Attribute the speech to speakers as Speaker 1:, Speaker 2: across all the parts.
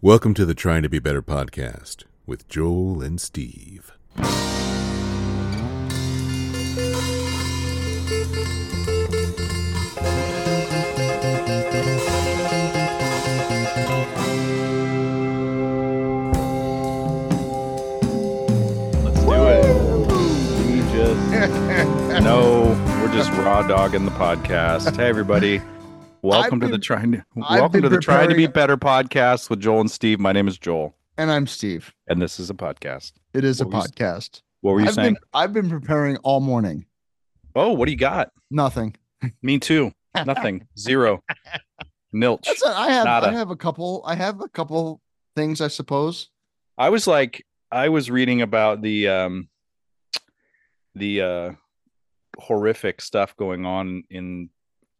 Speaker 1: Welcome to the Trying to Be Better podcast with Joel and Steve.
Speaker 2: Let's do it. We just no, we're just raw dogging the podcast. Hey everybody. Welcome
Speaker 3: I've
Speaker 2: to the
Speaker 3: been-
Speaker 2: trying to
Speaker 3: I've
Speaker 2: welcome
Speaker 3: been
Speaker 2: to the trying to be
Speaker 3: preparing-
Speaker 2: better podcast with Joel and Steve. My name is Joel,
Speaker 3: And I'm Steve.
Speaker 2: and this is a podcast.
Speaker 3: It is
Speaker 2: What
Speaker 3: a
Speaker 2: were you-
Speaker 3: podcast.
Speaker 2: What were you
Speaker 3: I've
Speaker 2: saying?
Speaker 3: been I've been preparing all morning.
Speaker 2: oh, what do you got?
Speaker 3: Nothing.
Speaker 2: Me too. Nothing. Zero. Nilch.
Speaker 3: That's a, I have
Speaker 2: Nada.
Speaker 3: I have a couple I have a couple things I suppose.
Speaker 2: I was like, I was reading about the um the uh horrific stuff going on in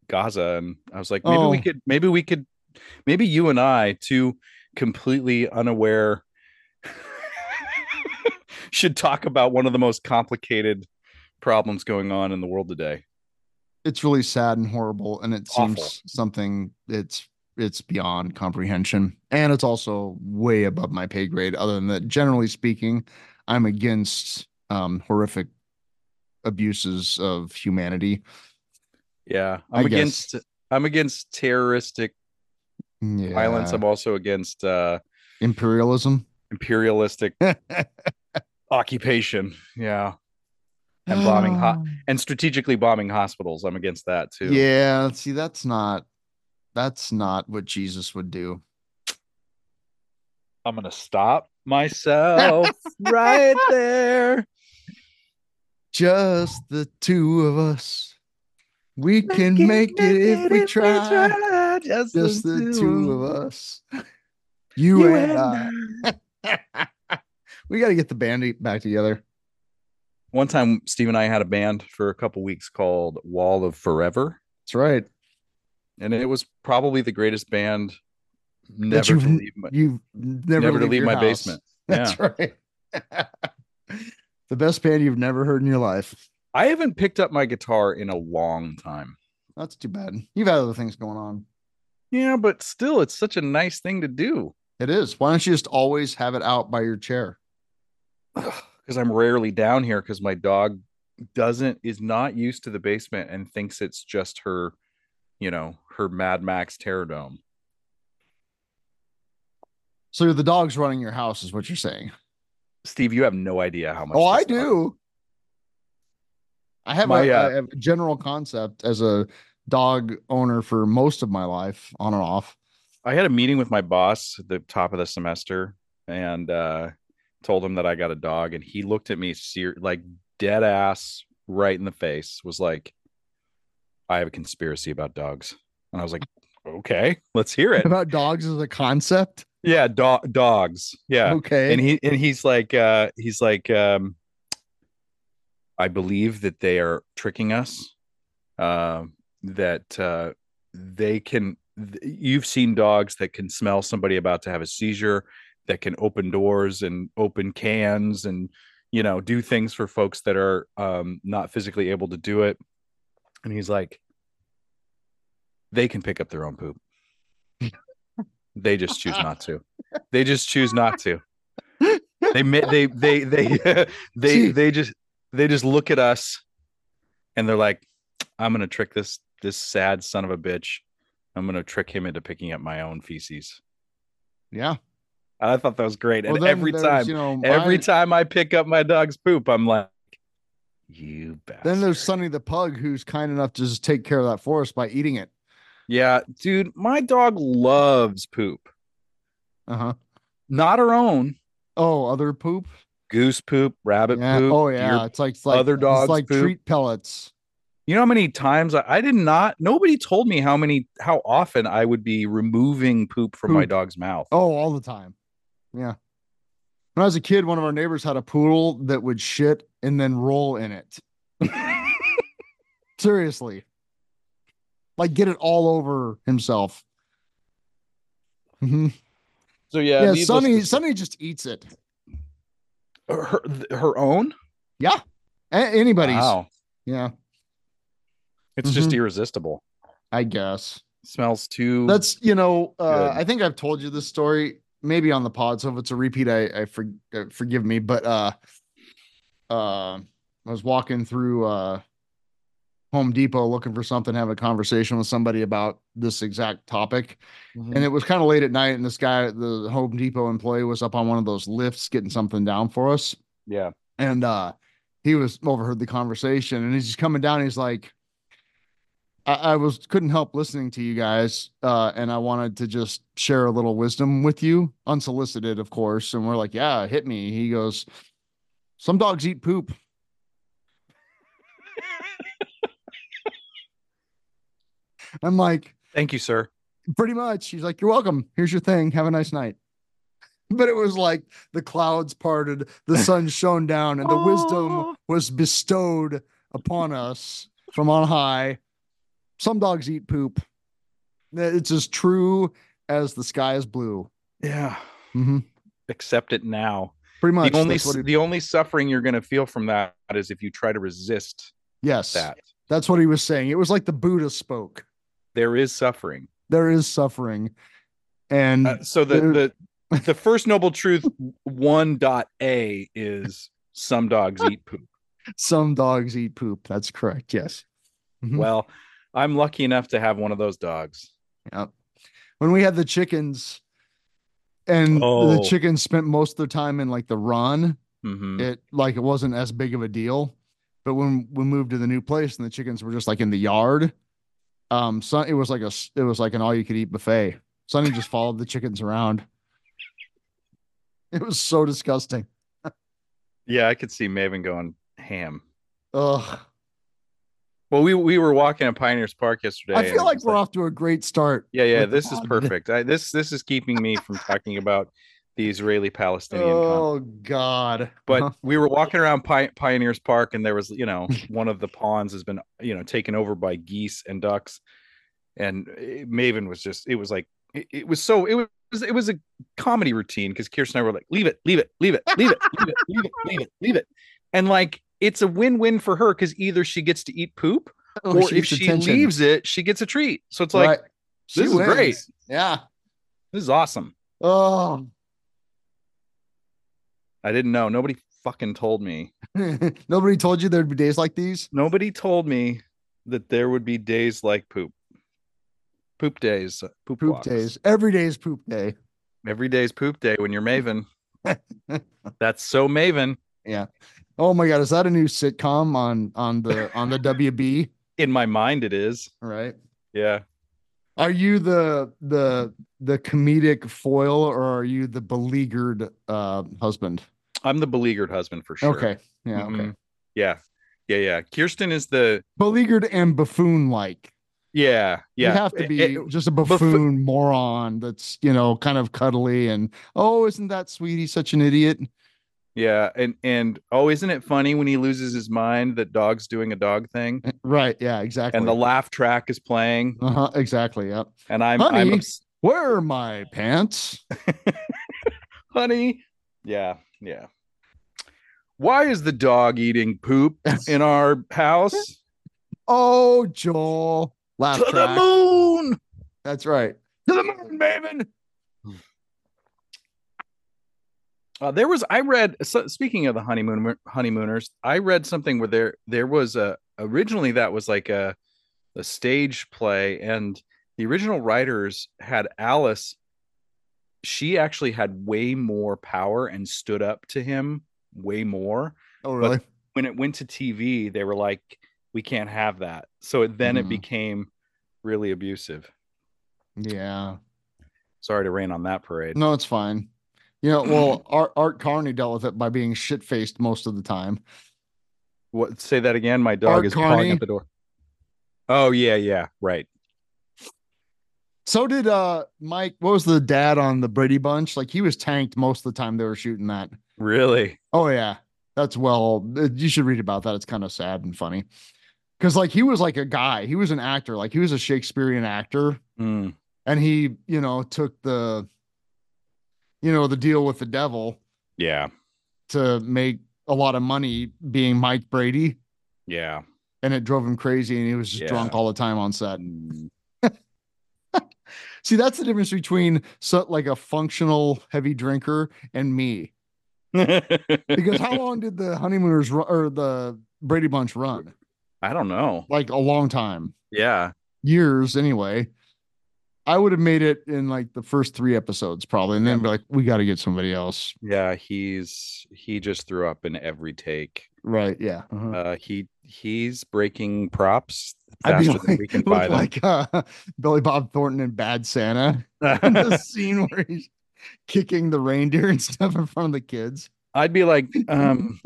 Speaker 2: Gaza, and I was like, maybe we
Speaker 3: Oh.
Speaker 2: could, maybe we could, maybe you and I, two completely unaware, should talk about one of the most complicated problems going on in the world today.
Speaker 3: It's really sad and horrible and it seems
Speaker 2: Awful.
Speaker 3: something it's it's beyond comprehension and it's also way above my pay grade other than that generally speaking I'm against um horrific abuses of humanity.
Speaker 2: Yeah,
Speaker 3: I
Speaker 2: I'm
Speaker 3: guess.
Speaker 2: against. I'm against terroristic violence.
Speaker 3: Yeah.
Speaker 2: I'm also against uh,
Speaker 3: imperialism.
Speaker 2: imperialistic occupation. Yeah.
Speaker 3: Oh.
Speaker 2: And bombing hot- and strategically bombing hospitals. I'm against that too.
Speaker 3: Yeah, see, that's not that's not what Jesus would do.
Speaker 2: I'm gonna stop myself right there.
Speaker 3: Just the two of us. We can make it if we try.
Speaker 2: Just,
Speaker 3: Just the two of us. You, and, I. We got to get the band back together.
Speaker 2: One time, Steve and I had a band for a couple weeks called Wall of Forever,
Speaker 3: That's right.
Speaker 2: and it was probably the greatest band. Never
Speaker 3: you've
Speaker 2: to
Speaker 3: n-
Speaker 2: leave my,
Speaker 3: You never,
Speaker 2: never to leave
Speaker 3: your
Speaker 2: my
Speaker 3: house.
Speaker 2: basement. Yeah.
Speaker 3: That's right. the best band you've never heard in your life.
Speaker 2: I haven't picked up my guitar in a long time.
Speaker 3: That's too bad. You've had other things going on.
Speaker 2: Yeah, but still, it's such a nice thing to do.
Speaker 3: It is. Why don't you just always have it out by your chair?
Speaker 2: because I'm rarely down here because my dog doesn't is not used to the basement and thinks it's just her, you know, her Mad Max Terror Dome.
Speaker 3: So the dog's running your house, is what you're saying.
Speaker 2: Steve, you have no idea how much.
Speaker 3: Oh, I
Speaker 2: this dog-
Speaker 3: do. I have,
Speaker 2: My,
Speaker 3: a,
Speaker 2: uh,
Speaker 3: I have a general concept as a dog owner for most of my life, on and off.
Speaker 2: I had a meeting with my boss at the top of the semester and uh, told him that I got a dog, and he looked at me ser- like dead ass right in the face, was like, "I have a conspiracy about dogs," and I was like, "Okay, let's hear it."
Speaker 3: About dogs as a concept.
Speaker 2: yeah, dog dogs. Yeah.
Speaker 3: Okay.
Speaker 2: and he and he's like uh he's like um i believe that they are tricking us um that uh they can th- you've seen dogs that can smell somebody about to have a seizure that can open doors and open cans and you know do things for folks that are um not physically able to do it and he's like they can pick up their own poop they just choose not to they just choose not to they ma- they they they they
Speaker 3: Gee.
Speaker 2: they just they just look at us and they're like i'm gonna trick this this sad son of a bitch i'm gonna trick him into picking up my own feces
Speaker 3: yeah.
Speaker 2: and i thought that was great
Speaker 3: Well,
Speaker 2: and
Speaker 3: then
Speaker 2: every
Speaker 3: there's,
Speaker 2: time
Speaker 3: you know,
Speaker 2: every
Speaker 3: mine-
Speaker 2: time i pick up my dog's poop i'm like you bastard.
Speaker 3: Then there's Sonny the pug, who's kind enough to just take care of that for us by eating it.
Speaker 2: yeah dude my dog loves poop
Speaker 3: Uh huh.
Speaker 2: not her own
Speaker 3: Oh, other poop.
Speaker 2: goose poop rabbit
Speaker 3: Yeah.
Speaker 2: poop
Speaker 3: oh
Speaker 2: deer
Speaker 3: yeah. it's like it's like
Speaker 2: other
Speaker 3: it's
Speaker 2: dogs'
Speaker 3: like
Speaker 2: poop.
Speaker 3: treat pellets.
Speaker 2: You know how many times I, I did not nobody told me how many how often I would be removing poop from my
Speaker 3: Poop.
Speaker 2: dog's mouth.
Speaker 3: Oh, all the time. Yeah. When I was a kid, one of our neighbors had a poodle that would shit and then roll in it. Seriously. Like get it all over himself. Mhm.
Speaker 2: So yeah,
Speaker 3: Yeah,
Speaker 2: needless
Speaker 3: Sonny,
Speaker 2: to-
Speaker 3: Sonny just eats it.
Speaker 2: her, her own.
Speaker 3: A- anybody's.
Speaker 2: Wow,
Speaker 3: Yeah,
Speaker 2: it's just
Speaker 3: Mm-hmm.
Speaker 2: irresistible.
Speaker 3: I guess.
Speaker 2: smells too.
Speaker 3: That's you know, uh,
Speaker 2: Good.
Speaker 3: I think I've told you this story. maybe on the pod. So if it's a repeat, I, I for, uh, forgive me. But uh, uh, I was walking through uh, Home Depot looking for something, having a conversation with somebody about this exact topic,
Speaker 2: Hmm. Mm-hmm.
Speaker 3: and it was kind of late at night. And this guy, the Home Depot employee, was up on one of those lifts getting something down for us,
Speaker 2: yeah.
Speaker 3: and uh, he was overheard the conversation, and he's just coming down. He's like. I, I was couldn't help listening to you guys, uh, and I wanted to just share a little wisdom with you, unsolicited, of course. And we're like, "Yeah, hit me." He goes, "Some dogs eat poop." I'm like,
Speaker 2: Thank you, sir.
Speaker 3: pretty much. She's like, "You're welcome. Here's your thing. Have a nice night." But it was like the clouds parted, the sun shone down, and the wisdom was bestowed upon us from on high. Some dogs eat poop. It's as true as the sky is blue.
Speaker 2: Yeah.
Speaker 3: Mhm.
Speaker 2: Accept it now.
Speaker 3: Pretty much.
Speaker 2: the only
Speaker 3: that's what he-
Speaker 2: the only suffering you're going to feel from that is if you try to resist
Speaker 3: yes,
Speaker 2: that.
Speaker 3: that's what he was saying. It was like the Buddha spoke.
Speaker 2: There is suffering.
Speaker 3: There is suffering, and
Speaker 2: Uh, so the
Speaker 3: Mm. There-
Speaker 2: the the first noble truth one dot a is some dogs eat poop.
Speaker 3: Mm-hmm. some dogs eat poop. That's correct. Yes. Mhm.
Speaker 2: Well, I'm lucky enough to have one of those dogs.
Speaker 3: Yep. When we had the chickens and
Speaker 2: Oh.
Speaker 3: the chickens spent most of their time in like the run,
Speaker 2: Mhm.
Speaker 3: it like it wasn't as big of a deal. But when we moved to the new place and the chickens were just like in the yard, um, so it was like a s- it was like an all you could eat buffet. Sonny just followed the chickens around. It was so disgusting.
Speaker 2: Yeah, I could see Maven going ham.
Speaker 3: Ugh.
Speaker 2: Well, we we were walking in Pioneers Park yesterday.
Speaker 3: I
Speaker 2: and
Speaker 3: feel
Speaker 2: it
Speaker 3: like
Speaker 2: was
Speaker 3: we're off to a great start.
Speaker 2: Yeah, yeah,
Speaker 3: with the
Speaker 2: this is
Speaker 3: pod.
Speaker 2: perfect. I, this this is keeping me from talking about the Israeli-Palestinian conflict.
Speaker 3: Oh God!
Speaker 2: but we were walking around Pi- Pioneers Park, and there was, you know, one of the ponds has been, you know, taken over by geese and ducks, and eh, Maven was just, it was like, it, it was so, it was, it was a comedy routine because Kirsten and I were like, leave it, leave it, leave it, leave it, leave it, leave it, leave it, leave it, and like it's a win-win for her because either she gets to eat poop,
Speaker 3: Oh,
Speaker 2: or if
Speaker 3: gets
Speaker 2: she
Speaker 3: attention.
Speaker 2: leaves it, she gets a treat. So it's like
Speaker 3: Right. She
Speaker 2: this is
Speaker 3: wins.
Speaker 2: great.
Speaker 3: Yeah.
Speaker 2: this is awesome.
Speaker 3: Oh,
Speaker 2: I didn't know. Nobody fucking told me.
Speaker 3: Nobody told you there'd be days like these.
Speaker 2: nobody told me that there would be days like poop poop days uh, poop,
Speaker 3: Poop
Speaker 2: walks.
Speaker 3: days. Every day is poop day.
Speaker 2: every day's poop day when you're maven that's so maven
Speaker 3: Oh my god, is that a new sitcom on on the on the WB?
Speaker 2: in my mind it is
Speaker 3: Right?
Speaker 2: yeah
Speaker 3: Are you the the the comedic foil or are you the beleaguered uh husband?
Speaker 2: i'm the beleaguered husband for sure
Speaker 3: Okay. Yeah, okay.
Speaker 2: Mhm. yeah yeah yeah kirsten is the
Speaker 3: Beleaguered and buffoon like.
Speaker 2: yeah yeah Eh,
Speaker 3: You have to
Speaker 2: It-
Speaker 3: be
Speaker 2: it-
Speaker 3: just a buffoon moron that's, you know, kind of cuddly and oh, isn't that sweet? He's such an idiot.
Speaker 2: yeah and and oh isn't it funny when he loses his mind that dog's doing a dog thing
Speaker 3: Right. Yeah, exactly.
Speaker 2: and the laugh track is playing
Speaker 3: uh-huh, exactly. Yep.
Speaker 2: and i'm i'm
Speaker 3: Honey.
Speaker 2: obs-
Speaker 3: Where are my pants?
Speaker 2: honey. Yeah, yeah. Why is the dog eating poop in our house?
Speaker 3: Oh, Joel. Laugh
Speaker 2: to the
Speaker 3: track.
Speaker 2: moon.
Speaker 3: That's right. To the moon, Maven.
Speaker 2: Uh, there was I read so, speaking of the honeymoon honeymooners, I read something where there there was a originally that was like a a stage play and the original writers had Alice she actually had way more power and stood up to him way more
Speaker 3: Oh,
Speaker 2: But-
Speaker 3: really?
Speaker 2: when it went to TV, they were like, we can't have that. So it, then it
Speaker 3: Mhm.
Speaker 2: became really abusive.
Speaker 3: yeah.
Speaker 2: Sorry to rain on that parade.
Speaker 3: No, it's fine. You know, well, Art, Art Carney dealt with it by being shit faced most of the time.
Speaker 2: What? Say that again. My dog
Speaker 3: Art
Speaker 2: is
Speaker 3: Carney.
Speaker 2: pawing at the door. Oh yeah, yeah, right.
Speaker 3: So did uh Mike. What was the dad on the Brady Bunch? Like he was tanked most of the time they were shooting that.
Speaker 2: Really?
Speaker 3: Oh yeah, that's well. uh, You should read about that. It's kind of sad and funny, because like he was like a guy. He was an actor. Like he was a Shakespearean actor,
Speaker 2: Mm,
Speaker 3: and he you know took the, you know, the deal with the devil
Speaker 2: yeah,
Speaker 3: to make a lot of money being Mike Brady,
Speaker 2: yeah.
Speaker 3: and it drove him crazy, and he was just
Speaker 2: Yeah.
Speaker 3: drunk all the time on set. See, that's the difference between so, like a functional heavy drinker and me. Because how long did the honeymooners ru- or the Brady Bunch run?
Speaker 2: I don't know.
Speaker 3: Like a long time,
Speaker 2: Yeah.
Speaker 3: years anyway. I would have made it in like the first three episodes probably, and then be like, we got to get somebody else.
Speaker 2: Yeah. He's, he just threw up in every take.
Speaker 3: Right? Yeah. Uh-huh.
Speaker 2: Uh, he, he's breaking props
Speaker 3: I'd be
Speaker 2: faster than
Speaker 3: like,
Speaker 2: we can
Speaker 3: look
Speaker 2: buy them.
Speaker 3: like uh, Billy Bob Thornton in Bad Santa. the scene where he's kicking the reindeer and stuff in front of the kids.
Speaker 2: I'd be like, um,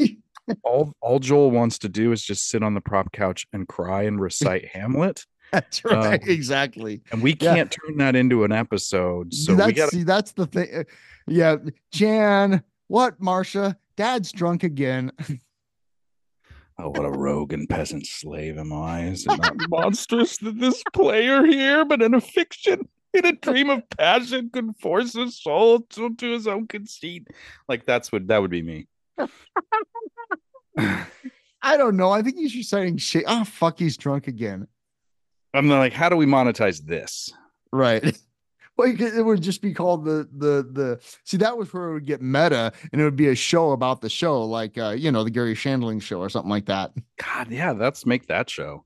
Speaker 2: all, all Joel wants to do is just sit on the prop couch and cry and recite Hamlet.
Speaker 3: That's
Speaker 2: Um,
Speaker 3: right, exactly.
Speaker 2: And we
Speaker 3: Yeah.
Speaker 2: can't turn that into an episode. So
Speaker 3: that's
Speaker 2: we got to
Speaker 3: see, that's the thing. Uh, Yeah, Jan, what, Marcia? Dad's drunk again.
Speaker 2: Oh, what a rogue and peasant slave am I. Is it not monstrous that this player here, but in a fiction, in a dream of passion, could force his soul to, to his own conceit? Like that's what that would be me.
Speaker 3: I don't know. I think he's reciting shit. Oh fuck, he's drunk again.
Speaker 2: I'm like, how do we monetize this?
Speaker 3: Right. Well, you could- it would just be called the the the. See, that was where it would get meta, and it would be a show about the show, like uh, you know, the Gary Shandling show or something like that.
Speaker 2: God, yeah, that's make that show.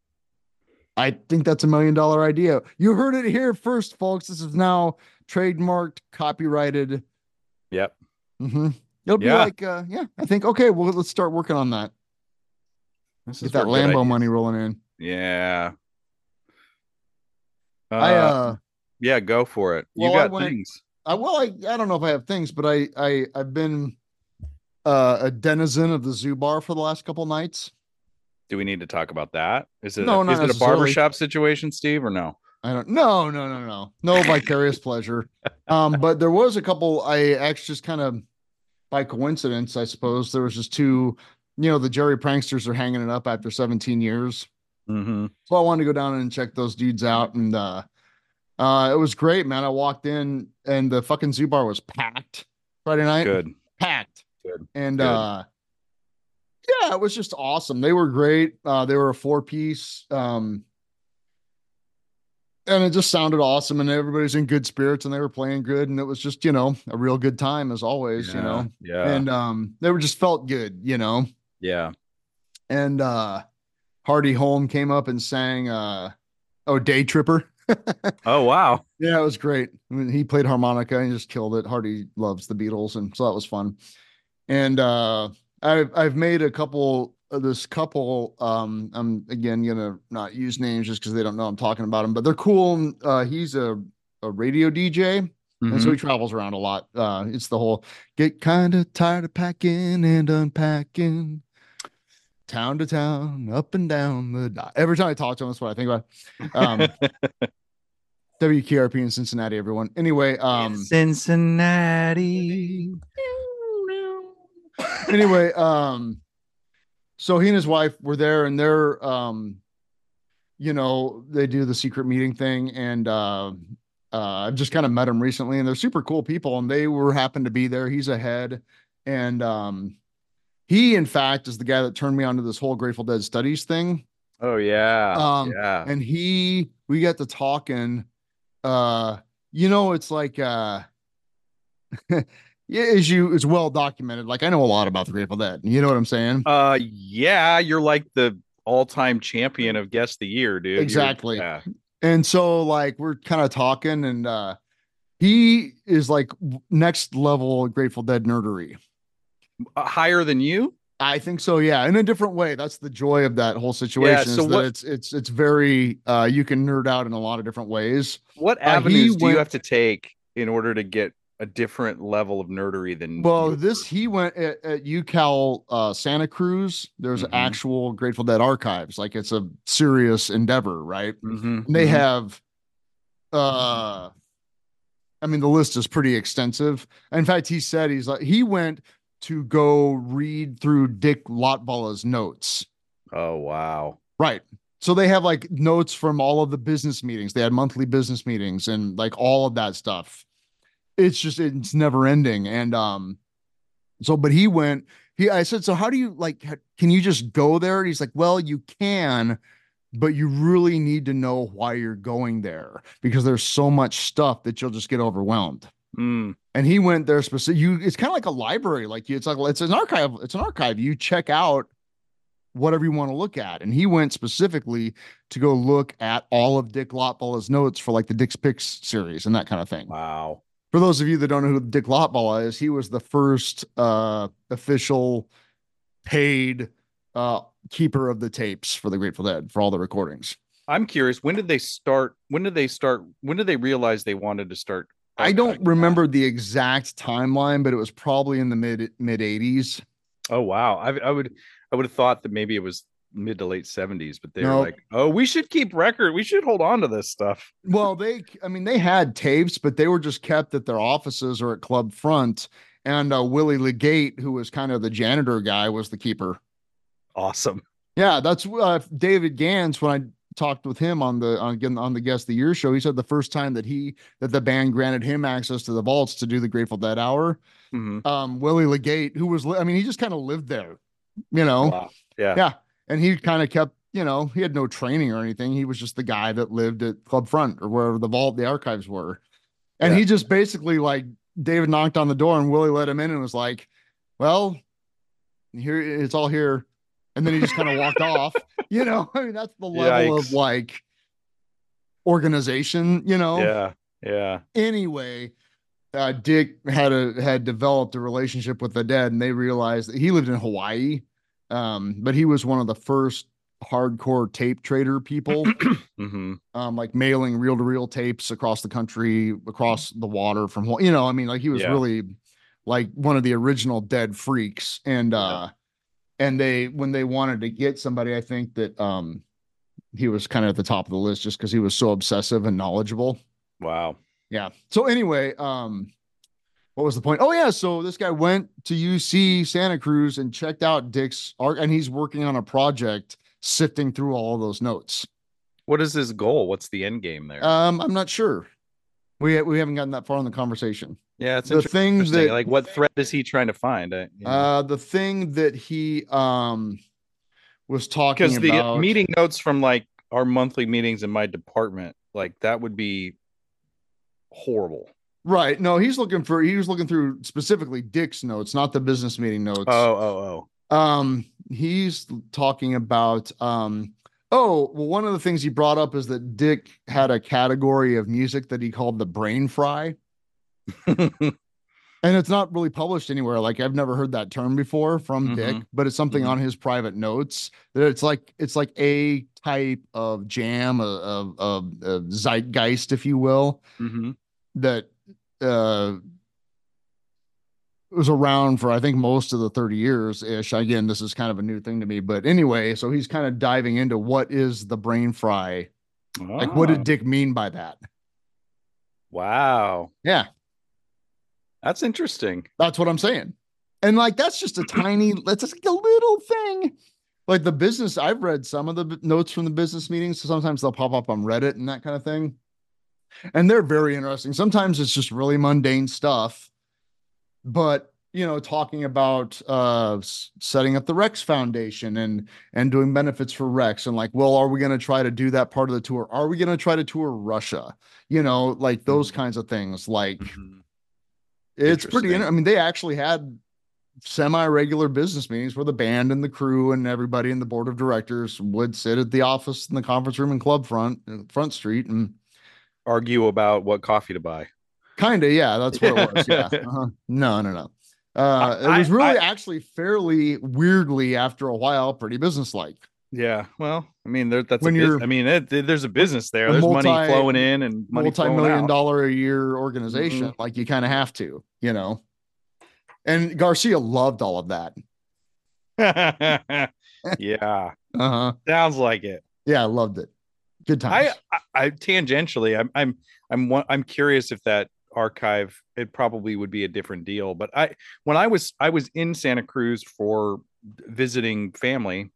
Speaker 3: I think that's a million dollar idea. You heard it here first, folks. This is now trademarked, copyrighted.
Speaker 2: Yep.
Speaker 3: hmm It'll be
Speaker 2: Yeah.
Speaker 3: like, uh, yeah, I think okay. Well, let's start working on that.
Speaker 2: This
Speaker 3: Get that
Speaker 2: where good
Speaker 3: Lambo
Speaker 2: ideas-
Speaker 3: money rolling in.
Speaker 2: Yeah. Uh,
Speaker 3: I uh,
Speaker 2: yeah, go for it.
Speaker 3: well,
Speaker 2: you
Speaker 3: I
Speaker 2: got
Speaker 3: went-
Speaker 2: things.
Speaker 3: I well, I, I don't know if I have things, but I I I've been uh, a denizen of the zoo bar for the last couple nights.
Speaker 2: Do we need to talk about that? Is it
Speaker 3: No, not
Speaker 2: is it a
Speaker 3: necessarily.
Speaker 2: barbershop situation, Steve, or no?
Speaker 3: I don't. No, no, no, no, no vicarious pleasure. Um, but there was a couple. I actually just kind of by coincidence, I suppose, there was just two. You know, the Jerry pranksters are hanging it up after 17 years,
Speaker 2: Mm-hmm.
Speaker 3: so I wanted to go down and check those dudes out, and uh, uh, it was great, man. I walked in, and the fucking zoo bar was packed Friday night
Speaker 2: Good.
Speaker 3: packed.
Speaker 2: Good.
Speaker 3: And
Speaker 2: Good.
Speaker 3: uh yeah, it was just awesome. They were great. Uh they were a four piece. Um and it just sounded awesome and everybody's in good spirits and they were playing good and it was just, you know, a real good time as always, you know.
Speaker 2: Yeah.
Speaker 3: And um they were just felt good, you know.
Speaker 2: yeah.
Speaker 3: And uh Hardy Holm came up and sang uh oh Day Tripper.
Speaker 2: Oh wow.
Speaker 3: Yeah, it was great. I mean, he played harmonica and just killed it. Hardy loves the Beatles, and so that was fun. And uh, I've I've made a couple of this couple. Um, I'm again gonna not use names just because they don't know I'm talking about them, but they're cool. and, Uh, he's a a radio DJ, and so he travels around a lot. Uh, it's the whole get kind of tired of packing and unpacking, town to town, up and down the. di- Every time I talk to him, that's what I think about. Um,
Speaker 2: Mm-hmm.
Speaker 3: WKRP in Cincinnati, everyone. Anyway, um,
Speaker 2: Cincinnati.
Speaker 3: anyway, um, so he and his wife were there, and they're, um, you know, they do the secret meeting thing, and uh, uh, I've just kind of met them recently, and they're super cool people, and they were happened to be there. He's ahead, and um, he, in fact, is the guy that turned me onto this whole Grateful Dead studies thing.
Speaker 2: Oh yeah.
Speaker 3: Um,
Speaker 2: yeah.
Speaker 3: and he we got to talking uh you know it's like uh yeah as you it's well documented like i know a lot about the grateful dead you know what i'm saying
Speaker 2: Uh yeah, you're like the all-time champion of guess the year, dude. You're-
Speaker 3: Exactly.
Speaker 2: yeah.
Speaker 3: and so like we're kind of talking and uh he is like w- next level grateful dead nerdery
Speaker 2: Uh, higher than you?
Speaker 3: i think so yeah in a different way that's the joy of that whole situation is
Speaker 2: so
Speaker 3: that
Speaker 2: what-
Speaker 3: it's it's it's very uh you can nerd out in a lot of different ways
Speaker 2: What
Speaker 3: Uh, he
Speaker 2: avenues do
Speaker 3: went-
Speaker 2: you have to take in order to get a different level of nerdery than
Speaker 3: Well,
Speaker 2: you?
Speaker 3: this he went at, at UCal uh, Santa Cruz. There's
Speaker 2: Mhm.
Speaker 3: actual Grateful Dead archives. Like it's a serious endeavor, right?
Speaker 2: Mhm,
Speaker 3: And they
Speaker 2: mhm.
Speaker 3: have, uh, I mean, the list is pretty extensive. In fact, he said he's like he went to go read through Dick Lotvalla's notes.
Speaker 2: Oh wow.
Speaker 3: Right. So they have like notes from all of the business meetings. They had monthly business meetings and like all of that stuff. It's just it's never ending. And um, so but he went. He I said, so how do you like? ha- Can you just go there? And he's like, well, you can, but you really need to know why you're going there because there's so much stuff that you'll just get overwhelmed.
Speaker 2: Mm,
Speaker 3: And he went there specific. You, it's kind of like a library. Like you, it's like it's an archive. It's an archive. You check out whatever you want to look at. And he went specifically to go look at all of Dick Lotballa's notes for like the Dick's Picks series and that kind of thing
Speaker 2: wow.
Speaker 3: for those of you that don't know who Dick Lotball is, he was the first uh, official paid uh, keeper of the tapes for the Grateful Dead for all the recordings.
Speaker 2: I'm curious. When did they start? When did they start? When did they realize they wanted to start?
Speaker 3: I don't
Speaker 2: archiving
Speaker 3: remember the exact timeline, but it was probably in the mid mid eighties.
Speaker 2: that? Oh wow. I, I would I would have thought that maybe it was mid to late 70s, but they
Speaker 3: No.
Speaker 2: were like, oh, we should keep record. We should hold on to this stuff.
Speaker 3: Well, they, I mean, they had tapes, but they were just kept at their offices or at Club Front. And uh, Willie Legate, who was kind of the janitor guy, was the keeper.
Speaker 2: Awesome.
Speaker 3: Yeah, that's uh, David Gans. When I talked with him on the on again on the guest of the year show, he said the first time that he that the band granted him access to the vaults to do the Grateful Dead hour.
Speaker 2: Mhm.
Speaker 3: Um, Willie Legate, who was li- I mean, he just kind of lived there, you know.
Speaker 2: Wow. Yeah.
Speaker 3: Yeah, and he kind of kept you know he had no training or anything. He was just the guy that lived at Club Front or wherever the vault the archives were, and
Speaker 2: Yeah.
Speaker 3: he just basically like David knocked on the door and Willie let him in and was like, "Well, here it's all here," and then he just kind of walked off. You know, I mean that's the level of
Speaker 2: Yikes.
Speaker 3: like organization. You know,
Speaker 2: Yeah. Yeah.
Speaker 3: anyway, uh, Dick had a had developed a relationship with the dead, and they realized that he lived in Hawaii, um, but he was one of the first hardcore tape trader people,
Speaker 2: hmm
Speaker 3: um, like mailing reel to reel tapes across the country, across the water from Hawaii. You know, I mean, like he was
Speaker 2: Yeah.
Speaker 3: really like one of the original dead freaks, and
Speaker 2: Yeah.
Speaker 3: uh, and they when they wanted to get somebody, I think that um, he was kind of at the top of the list just because he was so obsessive and knowledgeable.
Speaker 2: Wow.
Speaker 3: Yeah. So anyway, um, what was the point? Oh yeah, so this guy went to UC Santa Cruz and checked out Dick's art, and he's working on a project sifting through all of those notes.
Speaker 2: What is his goal? What's the end game there?
Speaker 3: Um, I'm not sure. We we haven't gotten that far in the conversation.
Speaker 2: yeah, it's
Speaker 3: the
Speaker 2: interesting.
Speaker 3: thing that
Speaker 2: like, what thread is he trying to find? I, you know.
Speaker 3: uh, the thing that he um was talking
Speaker 2: because the
Speaker 3: about
Speaker 2: meeting notes from like our monthly meetings in my department like that would be horrible
Speaker 3: right. No, he's looking for he was looking through specifically Dick's notes, not the business meeting notes.
Speaker 2: oh oh
Speaker 3: um he's talking about um oh well one of the things he brought up is that dick had a category of music that he called the brain fry
Speaker 2: oh
Speaker 3: and it's not really published anywhere like i've never heard that term before from dick but it's something
Speaker 2: Mhm.
Speaker 3: on his private notes that it's like it's like a type of jam of of, of zeitgeist if you will
Speaker 2: hmm
Speaker 3: that uh was around for I think most of the 30 years ish. Again, this is kind of a new thing to me, but anyway, so he's kind of diving into what is the brain fry? Like what
Speaker 2: Ah.
Speaker 3: did Dick mean by that?
Speaker 2: wow
Speaker 3: Yeah,
Speaker 2: that's interesting
Speaker 3: that's what I'm saying. And like that's just a tiny that's just like a little thing. Like the business I've read some of the b- notes from the business meetings, so sometimes they'll pop up on Reddit and that kind of thing. And they're very interesting. Sometimes it's just really mundane stuff. but you know talking about uh s- setting up the rex foundation and and doing benefits for rex and like well are we going to try to do that part of the tour are we going to try to tour russia you know like those
Speaker 2: Mhm.
Speaker 3: kinds of things like it's pretty
Speaker 2: Interesting.
Speaker 3: inter- i mean they actually had semi-regular business meetings where the band and the crew and everybody in the board of directors would sit at the office in the conference room in club front uh, front street and
Speaker 2: argue about what coffee to buy
Speaker 3: Kind of, yeah. That's what it was. Yeah. Uh-huh. No, no, no. Uh, it was
Speaker 2: I-
Speaker 3: really actually fairly weirdly after a while, pretty businesslike.
Speaker 2: yeah well i mean there, that's
Speaker 3: When
Speaker 2: a bus-
Speaker 3: you're-
Speaker 2: i mean it, there's a business there
Speaker 3: A
Speaker 2: there's money
Speaker 3: multi-
Speaker 2: flowing in and money flowing
Speaker 3: Multi-million
Speaker 2: out. Mm-hmm.
Speaker 3: dollar a year organization, like you kind of have to, you know. And Garcia loved all of that.
Speaker 2: yeah
Speaker 3: Uh huh.
Speaker 2: sounds like it
Speaker 3: Yeah, I loved it. Good times.
Speaker 2: I, I, I tangentially, I'm, I'm, I'm, one, I'm curious if that archive, it probably would be a different deal. But I, when I was, I was in Santa Cruz for visiting family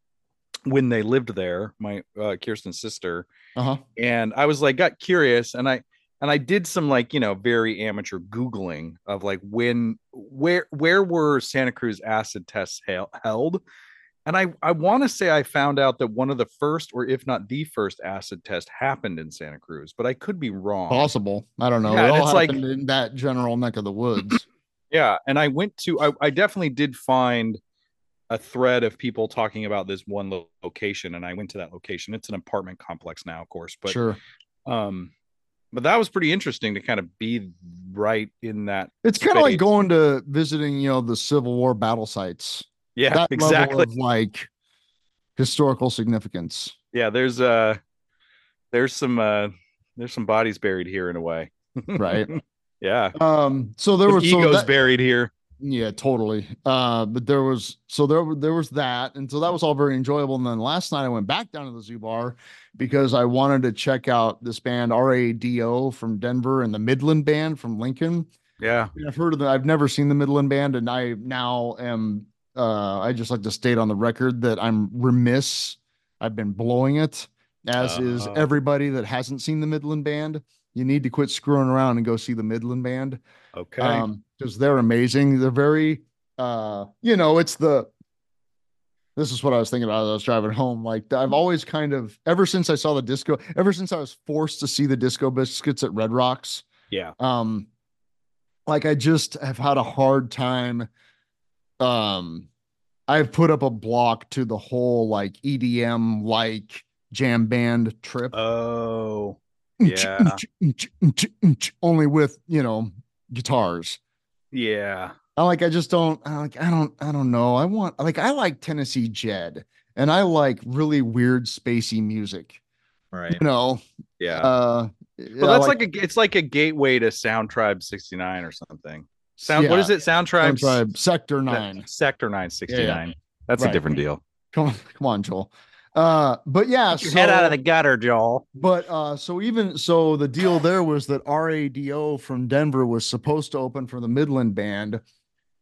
Speaker 2: when they lived there, my uh, Kirsten's sister,
Speaker 3: Uh huh.
Speaker 2: and I was like, got curious, and I, and I did some like, you know, very amateur googling of like when, where, where were Santa Cruz acid tests hel- held. And I, I want to say I found out that one of the first, or if not the first, acid test happened in Santa Cruz, but I could be wrong.
Speaker 3: Possible. I don't know.
Speaker 2: Yeah,
Speaker 3: it
Speaker 2: and
Speaker 3: all
Speaker 2: it's like-
Speaker 3: happened in that general neck of the woods.
Speaker 2: Yeah, and I went to I, I definitely did find a thread of people talking about this one lo- location, and I went to that location. It's an apartment complex now, of course, but
Speaker 3: sure.
Speaker 2: um, but that was pretty interesting to kind of be right in that.
Speaker 3: It's kind of like
Speaker 2: space.
Speaker 3: going to visiting, you know, the Civil War battle sites.
Speaker 2: Yeah,
Speaker 3: that
Speaker 2: exactly.
Speaker 3: level of like historical significance.
Speaker 2: yeah, there's uh, there's some uh, there's some bodies buried here in a way.
Speaker 3: Right.
Speaker 2: Yeah,
Speaker 3: Um, so there
Speaker 2: Some
Speaker 3: was so
Speaker 2: egos
Speaker 3: that-
Speaker 2: buried here.
Speaker 3: Yeah, totally. Uh, but there was so there were- there was that, and so that was all very enjoyable. And then last night I went back down to the zoo bar because I wanted to check out this band RADO from Denver and the Midland Band from Lincoln.
Speaker 2: Yeah,
Speaker 3: And I've heard of them. I've never seen the Midland Band, and I now am. Uh, I just like to state on the record that I'm remiss. I've been blowing it, as is
Speaker 2: Uh-huh.
Speaker 3: everybody that hasn't seen the Midland Band. You need to quit screwing around and go see the Midland Band
Speaker 2: okay.
Speaker 3: because they're amazing. They're very, uh, you know, it's the. This is what I was thinking about as I was driving home. Like I've always kind of, ever since I saw the disco, ever since I was forced to see the Disco Biscuits at Red Rocks,
Speaker 2: yeah,
Speaker 3: um, like I just have had a hard time. Um, I've put up a block to the whole like EDM like jam band trip
Speaker 2: oh,
Speaker 3: yeah. only with you know guitars
Speaker 2: yeah,
Speaker 3: i like i just don't i like i don't i don't know i want like i like tennessee jed and i like really weird spacey music
Speaker 2: right,
Speaker 3: you know
Speaker 2: yeah.
Speaker 3: uh
Speaker 2: Well, that's like, a it's like a gateway to Sound Tribe 69 or something. Sound what is it? Sound Tribe,
Speaker 3: tribe sector
Speaker 2: Se-
Speaker 3: nine
Speaker 2: Sector 969. That's
Speaker 3: Right.
Speaker 2: a different deal.
Speaker 3: come on come on joel uh but yeah so,
Speaker 2: gutter, Joel.
Speaker 3: But uh, so even so, the deal there was that RADO from Denver was supposed to open for the Midland Band,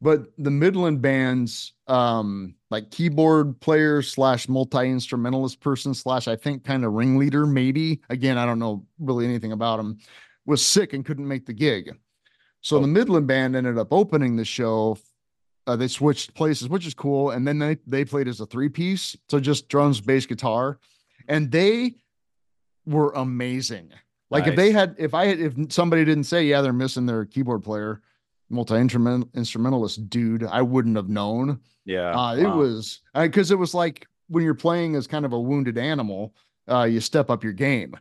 Speaker 3: but the Midland Band's um, like keyboard player slash multi instrumentalist person slash I think kind of ringleader maybe again I don't know really anything about him was sick and couldn't make the gig, so
Speaker 2: Oh.
Speaker 3: the Midland Band ended up opening the show. Uh, they switched places, which is cool, and then they they played as a three piece, so just drums, bass, guitar, and they were amazing. Like
Speaker 2: Nice.
Speaker 3: if they had, if I had, if somebody didn't say, yeah, they're missing their keyboard player, multi instrumentalist dude, I wouldn't have known.
Speaker 2: Yeah.
Speaker 3: Uh, it
Speaker 2: wow.
Speaker 3: was because it was like when you're playing as kind of a wounded animal, uh, you step up your game.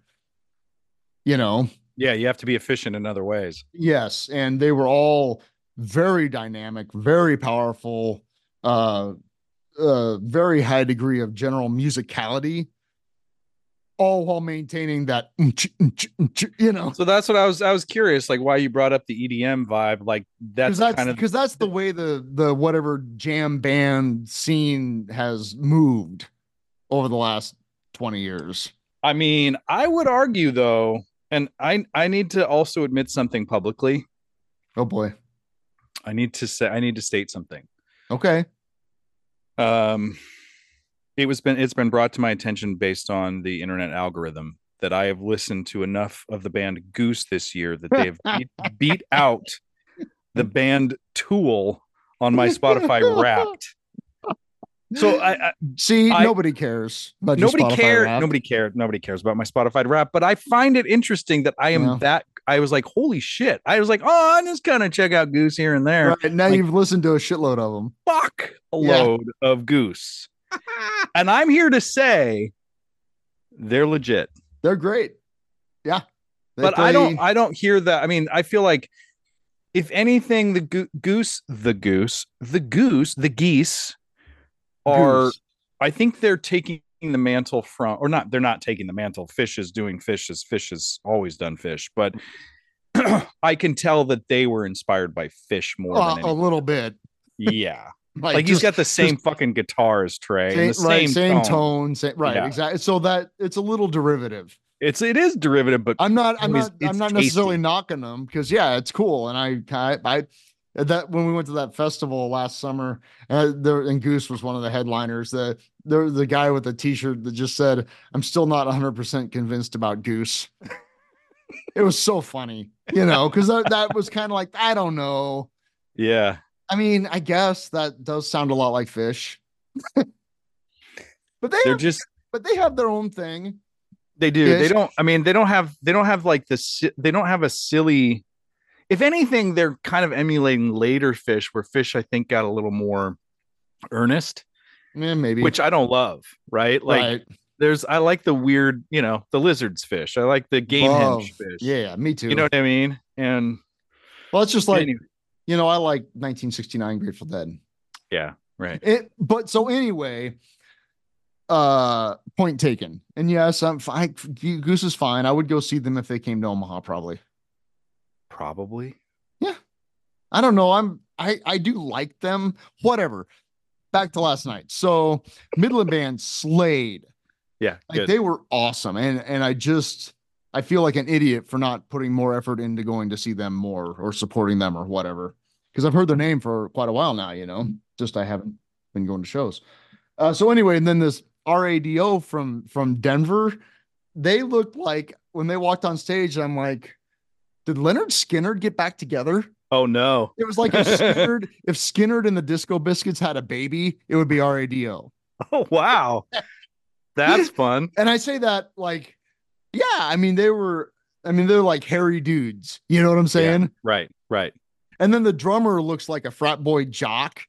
Speaker 3: You know,
Speaker 2: Yeah, you have to be efficient in other ways.
Speaker 3: yes, and they were all very dynamic, very powerful, uh, uh, very high degree of general musicality. All while maintaining that, you know,
Speaker 2: So that's what I was I was curious like why you brought up the EDM vibe like that's,
Speaker 3: because that's
Speaker 2: kind of
Speaker 3: because that's the way the the whatever jam band scene has moved over the last 20 years
Speaker 2: I mean, I would argue though and I I need to also admit something publicly.
Speaker 3: oh boy
Speaker 2: I need to say I need to state something.
Speaker 3: okay
Speaker 2: um it was been it's been brought to my attention based on the internet algorithm that i have listened to enough of the band goose this year that they have beat, beat out the band tool on my spotify wrapped so i, I
Speaker 3: see
Speaker 2: I-
Speaker 3: nobody cares about your
Speaker 2: nobody
Speaker 3: Spotify
Speaker 2: cared
Speaker 3: rap.
Speaker 2: nobody cared nobody cares about my spotify rap but i find it interesting that i am
Speaker 3: Yeah.
Speaker 2: that i was like holy shit i was like oh i'm just gonna check out goose here and there
Speaker 3: right now
Speaker 2: Like-
Speaker 3: you've listened to a shitload of them
Speaker 2: fuck a
Speaker 3: Yeah.
Speaker 2: load of goose. and I'm here to say they're legit.
Speaker 3: they're great yeah They
Speaker 2: but I don't
Speaker 3: play-
Speaker 2: I don't hear that. I mean, I feel like if anything the go- goose the goose, the goose, the geese are
Speaker 3: Goose.
Speaker 2: I think they're taking the mantle from or not they're not taking the mantle. Fish is doing fish as fish has always done fish, but I can tell that they were inspired by fish more
Speaker 3: Uh,
Speaker 2: than
Speaker 3: a
Speaker 2: any-
Speaker 3: little bit
Speaker 2: yeah.
Speaker 3: like,
Speaker 2: like he's
Speaker 3: just
Speaker 2: got the same fucking guitar as Trey, and the
Speaker 3: same, right,
Speaker 2: same,
Speaker 3: same
Speaker 2: tone.
Speaker 3: tone same, right
Speaker 2: Yeah.
Speaker 3: exactly so that it's a little derivative
Speaker 2: It's it is derivative, but
Speaker 3: I'm not. I'm
Speaker 2: It's-
Speaker 3: not. I'm
Speaker 2: it's
Speaker 3: not necessarily
Speaker 2: tasty.
Speaker 3: knocking them because yeah, it's cool. And I, I, I, that when we went to that festival last summer, uh, there and Goose was one of the headliners. The there the guy with the T-shirt that just said, "I'm still not 100 percent convinced about Goose." it was so funny, you know, because that, that was kind of like I don't know.
Speaker 2: yeah,
Speaker 3: I mean, I guess that does sound a lot like fish. But they
Speaker 2: They're
Speaker 3: have,
Speaker 2: just
Speaker 3: but they have their own thing.
Speaker 2: they do.
Speaker 3: Yes.
Speaker 2: They don't. I mean, they don't have. They don't have like this. They don't have a silly. If anything, they're kind of emulating later fish, where fish I think got a little more earnest,
Speaker 3: Eh, maybe
Speaker 2: which I don't love. Right? Like
Speaker 3: right.
Speaker 2: there's. I like the weird. You know, the lizards fish. I like the game
Speaker 3: Love.
Speaker 2: henge fish.
Speaker 3: Yeah, me too.
Speaker 2: You know what I mean? And
Speaker 3: well, it's just like
Speaker 2: anyway,
Speaker 3: you know, I like 1969 Grateful Dead.
Speaker 2: yeah, right.
Speaker 3: It, but so anyway, uh, point taken. And yes, I'm fine. Goose is fine. I would go see them if they came to Omaha, probably.
Speaker 2: Probably.
Speaker 3: I don't know. I'm I I do like them. Whatever. Back to last night. So Midland Band slayed.
Speaker 2: Yeah.
Speaker 3: Like
Speaker 2: good.
Speaker 3: they were awesome. And and I just I feel like an idiot for not putting more effort into going to see them more or supporting them or whatever. Because I've heard their name for quite a while now, you know. Just I haven't been going to shows. Uh, so anyway, and then this RADO from from Denver, they looked like when they walked on stage, I'm like, did Leonard Skinner get back together?
Speaker 2: oh no.
Speaker 3: It was like if Skinner, if Skinner and the Disco Biscuits had a baby, it would be RADO.
Speaker 2: Oh wow. That's fun.
Speaker 3: And I say that like, yeah, I mean they were, I mean they're like hairy dudes. You know what I'm saying?
Speaker 2: Right. Right.
Speaker 3: And then the drummer looks like a frat boy jock.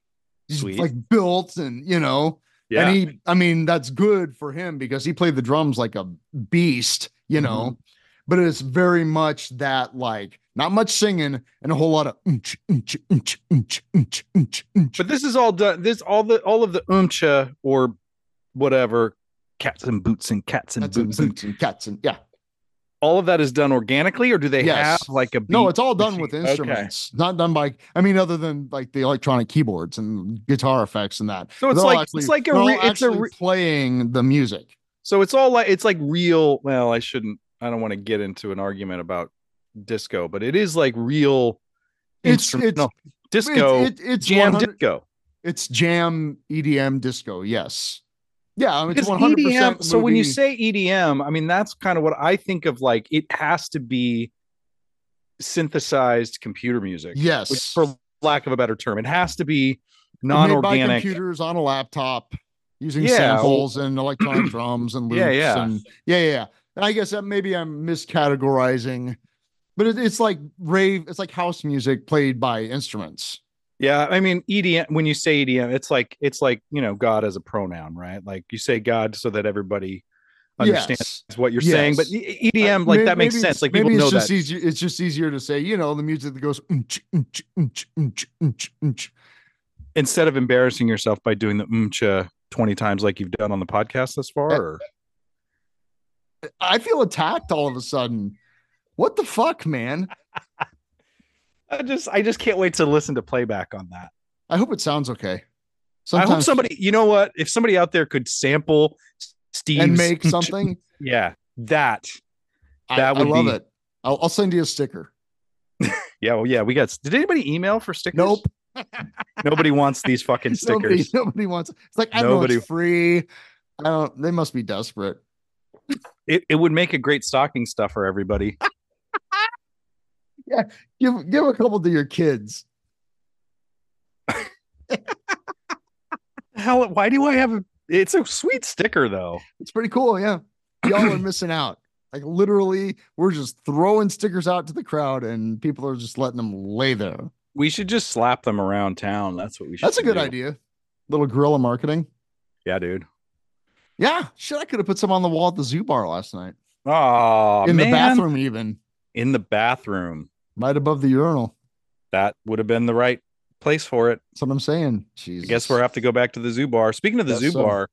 Speaker 3: He's
Speaker 2: Sweet.
Speaker 3: like built and you know,
Speaker 2: Yeah.
Speaker 3: and he, I mean that's good for him because he played the drums like a beast. You know.
Speaker 2: Mm-hmm.
Speaker 3: But it's very much that, like, not much singing and a whole lot of. "Unch, unch, unch, unch, unch, unch, unch."
Speaker 2: But this is all done. This all the all of the umcha or whatever cats and boots and cats and
Speaker 3: Cats and
Speaker 2: boots and
Speaker 3: boots and cats and yeah.
Speaker 2: all of that is done organically, or do they
Speaker 3: Yes.
Speaker 2: have like a beat?
Speaker 3: No, it's all done with
Speaker 2: machine. Okay.
Speaker 3: instruments. Not done by I mean, other than like the electronic keyboards and guitar effects and that.
Speaker 2: so it's
Speaker 3: They're all
Speaker 2: like
Speaker 3: actually-
Speaker 2: it's like a
Speaker 3: they're all
Speaker 2: re- it's a
Speaker 3: actually
Speaker 2: re-
Speaker 3: playing the music.
Speaker 2: so it's all like it's like real. Well, I shouldn't. I don't want to get into an argument about disco, but it is like real
Speaker 3: It's it's
Speaker 2: instrumental disco
Speaker 3: It's, it, it's
Speaker 2: jam
Speaker 3: 100
Speaker 2: disco.
Speaker 3: It's jam EDM disco. Yes. Yeah, I mean, it's
Speaker 2: Because
Speaker 3: one hundred
Speaker 2: EDM.
Speaker 3: percent.
Speaker 2: So when you say EDM, I mean that's kind of what I think of. Like it has to be synthesized computer music.
Speaker 3: yes,
Speaker 2: which, for lack of a better term, it has to be
Speaker 3: made by
Speaker 2: non-organic.
Speaker 3: computers on a laptop using
Speaker 2: Yeah.
Speaker 3: samples and electronic drums and loops
Speaker 2: Yeah, yeah.
Speaker 3: and yeah, yeah, yeah. And I guess that maybe I'm miscategorizing, but it, it's like rave, it's like house music played by instruments.
Speaker 2: Yeah, I mean EDM. When you say EDM, it's like it's like you know God as a pronoun, right? Like you say God so that everybody understands
Speaker 3: Yes.
Speaker 2: what you're
Speaker 3: Yes.
Speaker 2: saying. But E- EDM, like
Speaker 3: May-
Speaker 2: that makes
Speaker 3: maybe
Speaker 2: sense.
Speaker 3: it's-
Speaker 2: Like people
Speaker 3: maybe
Speaker 2: know
Speaker 3: it's just
Speaker 2: that.
Speaker 3: easier. It's just easier to say, you know, the music that goes "Unch, unch, unch, unch, unch, unch."
Speaker 2: Instead of embarrassing yourself by doing the umcha twenty times like you've done on the podcast thus far, or
Speaker 3: I feel attacked all of a sudden. What the fuck, man?
Speaker 2: I just I just can't wait to listen to playback on that.
Speaker 3: I hope it sounds okay.
Speaker 2: I hope somebody, you know what, if somebody out there could sample Steve's
Speaker 3: and make something.
Speaker 2: yeah, that
Speaker 3: I-
Speaker 2: That
Speaker 3: I,
Speaker 2: would
Speaker 3: love
Speaker 2: be-
Speaker 3: it. I'll, I'll send you a sticker.
Speaker 2: Yeah, well, yeah, we got. Did anybody email for stickers?
Speaker 3: Nope.
Speaker 2: Nobody wants these fucking
Speaker 3: Nobody,
Speaker 2: stickers.
Speaker 3: nobody wants. It's like I know
Speaker 2: Nobody-
Speaker 3: it's free. I don't. They must be desperate.
Speaker 2: It, it would make a great stocking stuffer, everybody.
Speaker 3: Give give a couple to your kids.
Speaker 2: Hell, why do I have a? It's a sweet sticker though.
Speaker 3: It's pretty cool. Yeah, y'all are missing out. Like literally, we're just throwing stickers out to the crowd, and people are just letting them lay there.
Speaker 2: We should just slap them around town. That's what we should.
Speaker 3: That's a good
Speaker 2: do.
Speaker 3: idea. Little guerrilla marketing.
Speaker 2: Yeah, dude.
Speaker 3: Yeah, shit. I could have put some on the wall at the zoo bar last night.
Speaker 2: Oh
Speaker 3: In
Speaker 2: man.
Speaker 3: the bathroom, even
Speaker 2: In the bathroom.
Speaker 3: right above the urinal.
Speaker 2: That would have been the right place for it.
Speaker 3: That's what I'm saying.
Speaker 2: I
Speaker 3: Jesus.
Speaker 2: guess we'll have to go back to the zoo bar. Speaking of the
Speaker 3: Guess
Speaker 2: zoo
Speaker 3: so.
Speaker 2: bar,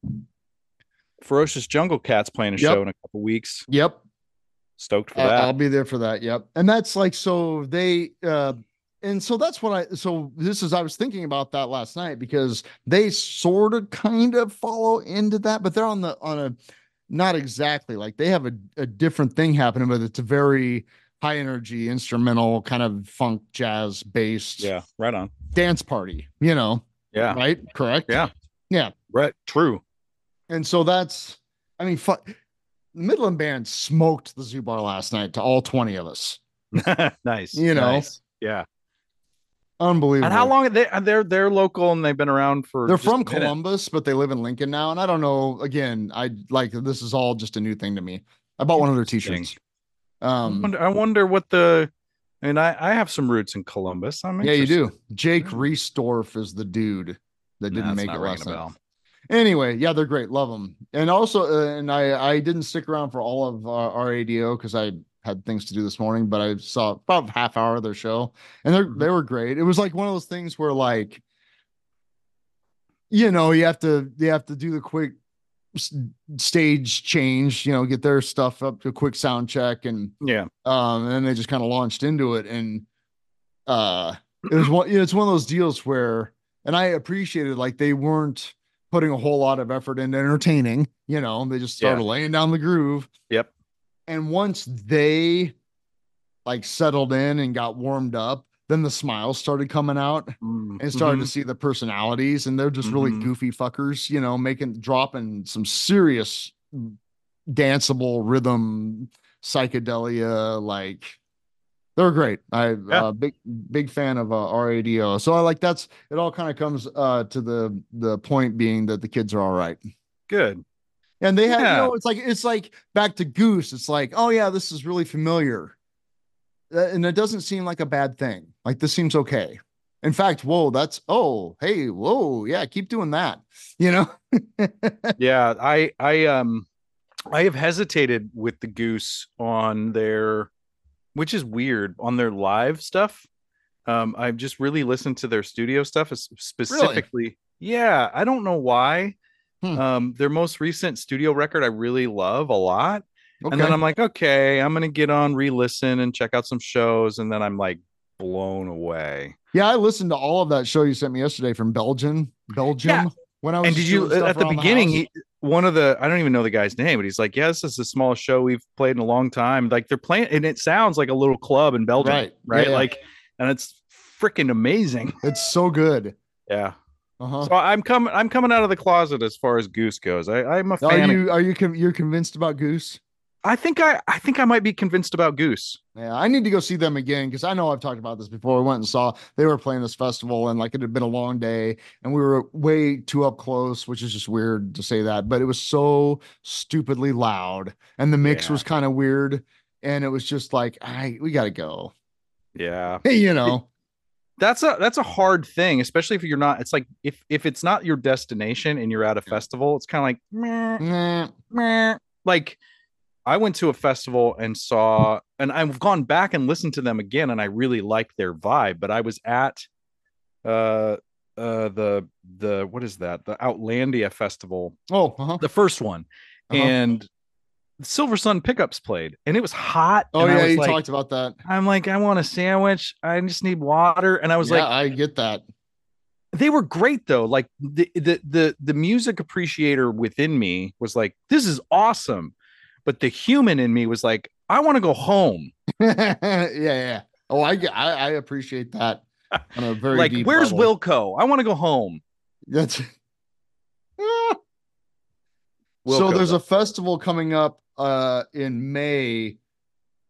Speaker 2: Ferocious Jungle Cat's playing a
Speaker 3: Yep.
Speaker 2: show in a couple weeks.
Speaker 3: Yep.
Speaker 2: Stoked for
Speaker 3: I-
Speaker 2: that.
Speaker 3: I'll be there for that. Yep. And that's like so they uh and so that's what I so this is I was thinking about that last night because they sort of kind of follow into that, but they're on the on a not exactly like they have a, a different thing happening, but it's a very high energy instrumental kind of funk jazz based
Speaker 2: yeah, right on.
Speaker 3: dance party, you know,
Speaker 2: Yeah,
Speaker 3: right? Correct.
Speaker 2: Yeah. right. True.
Speaker 3: And so that's I mean fu- Midland band smoked the zoo bar last night to all 20 of us.
Speaker 2: nice.
Speaker 3: You know.
Speaker 2: nice. Yeah.
Speaker 3: Unbelievable.
Speaker 2: And how long are they? and They're they're local and they've been around for.
Speaker 3: They're
Speaker 2: just a
Speaker 3: from
Speaker 2: minute.
Speaker 3: Columbus, but they live in Lincoln now. And I don't know. Again, I like this is all just a new thing to me. I bought one of their
Speaker 2: Interesting.
Speaker 3: t-shirts. Um,
Speaker 2: I wonder, I wonder what the. I mean, I, I have some roots in Columbus. I'm
Speaker 3: yeah, you
Speaker 2: interested.
Speaker 3: do. Jake
Speaker 2: Yeah.
Speaker 3: Reesdorf is the dude
Speaker 2: Nah,
Speaker 3: that didn't
Speaker 2: it's
Speaker 3: make
Speaker 2: not
Speaker 3: it
Speaker 2: ringing
Speaker 3: last
Speaker 2: a
Speaker 3: night.
Speaker 2: bell.
Speaker 3: Anyway, yeah, they're great. Love them. And also, uh, and I I didn't stick around for all of uh, our ADO because I had things to do this morning, but I saw about half hour of their show, and they they were great. It was like one of those things where like, you know, you have to you have to do the quick s- stage change, you know, get their stuff up to a quick sound check and
Speaker 2: Yeah.
Speaker 3: um and then they just kind of launched into it and uh it was one you know, it's one of those deals where and i appreciated like they weren't putting a whole lot of effort into entertaining you know they just started laying down the groove
Speaker 2: Yep.
Speaker 3: and once they like settled in and got warmed up then the smiles started coming out
Speaker 2: Mm,
Speaker 3: and
Speaker 2: Mm-hmm.
Speaker 3: started to see the personalities and they're just really
Speaker 2: Mhm.
Speaker 3: goofy fuckers you know making dropping some serious danceable rhythm psychedelia like they're great i
Speaker 2: Yeah.
Speaker 3: uh, big big fan of uh, rado so i like that's it all kind of comes uh to the the point being that the kids are all right
Speaker 2: Good.
Speaker 3: and they have
Speaker 2: Yeah.
Speaker 3: you know it's like it's like back to goose it's like oh yeah this is really familiar Uh, and it doesn't seem like a bad thing like this seems okay in fact whoa that's oh hey whoa yeah keep doing that you know
Speaker 2: yeah i i um i have hesitated with the goose on their which is weird on their live stuff um i've just really listened to their studio stuff es- specifically yeah i don't know why
Speaker 3: Hmm.
Speaker 2: um their most recent studio record i really love a lot
Speaker 3: okay
Speaker 2: and then i'm like okay i'm gonna get on re-listen and check out some shows and then i'm like blown away
Speaker 3: yeah i listened to all of that show you sent me yesterday from belgium belgium when i was
Speaker 2: and did
Speaker 3: just
Speaker 2: you uh,
Speaker 3: doing stuff
Speaker 2: at the
Speaker 3: around
Speaker 2: beginning
Speaker 3: house.
Speaker 2: he, one of the i don't even know the guy's name but he's like yeah this is the smallest show we've played in a long time like they're playing and it sounds like a little club in belgium right,
Speaker 3: right yeah, yeah.
Speaker 2: like and it's freaking amazing
Speaker 3: it's so good
Speaker 2: yeah
Speaker 3: uh-huh
Speaker 2: so i'm coming i'm coming out of the closet as far as goose goes i i'm a
Speaker 3: are
Speaker 2: fan of,
Speaker 3: Oh, you are you con- you're convinced about goose
Speaker 2: i think i i think i might be convinced about goose
Speaker 3: Yeah, I need to go see them again because I know I've talked about this before. We went and saw they were playing this festival, and like it had been a long day, and we were way too up close, which is just weird to say that, but it was so stupidly loud, and the mix
Speaker 2: Yeah.
Speaker 3: was kind of weird, and it was just like, I we gotta go,
Speaker 2: yeah
Speaker 3: you know,
Speaker 2: that's a that's a hard thing especially if you're not it's like if if it's not your destination and you're at a
Speaker 3: Yeah.
Speaker 2: festival it's kind of like meh.
Speaker 3: Nah.
Speaker 2: meh. like I went to a festival and saw, and I've gone back and listened to them again, and I really like their vibe. But I was at uh uh the the what is that the Outlandia festival,
Speaker 3: oh, uh-huh,
Speaker 2: the first one,
Speaker 3: uh-huh.
Speaker 2: and Silver Sun Pickups played, and it was hot.
Speaker 3: oh
Speaker 2: and I
Speaker 3: yeah,
Speaker 2: was
Speaker 3: you
Speaker 2: like,
Speaker 3: talked about that.
Speaker 2: I'm like, I want a sandwich. I just need water, and I was
Speaker 3: yeah,
Speaker 2: like,
Speaker 3: I get that.
Speaker 2: they were great though like the, the the the music appreciator within me was like this is awesome but the human in me was like i want to go home
Speaker 3: yeah, yeah. Oh, I get, I, I appreciate that on a very
Speaker 2: like
Speaker 3: deep
Speaker 2: where's
Speaker 3: level.
Speaker 2: wilco i want to go home
Speaker 3: That's.
Speaker 2: Wilco,
Speaker 3: so there's
Speaker 2: though.
Speaker 3: a festival coming up uh, in May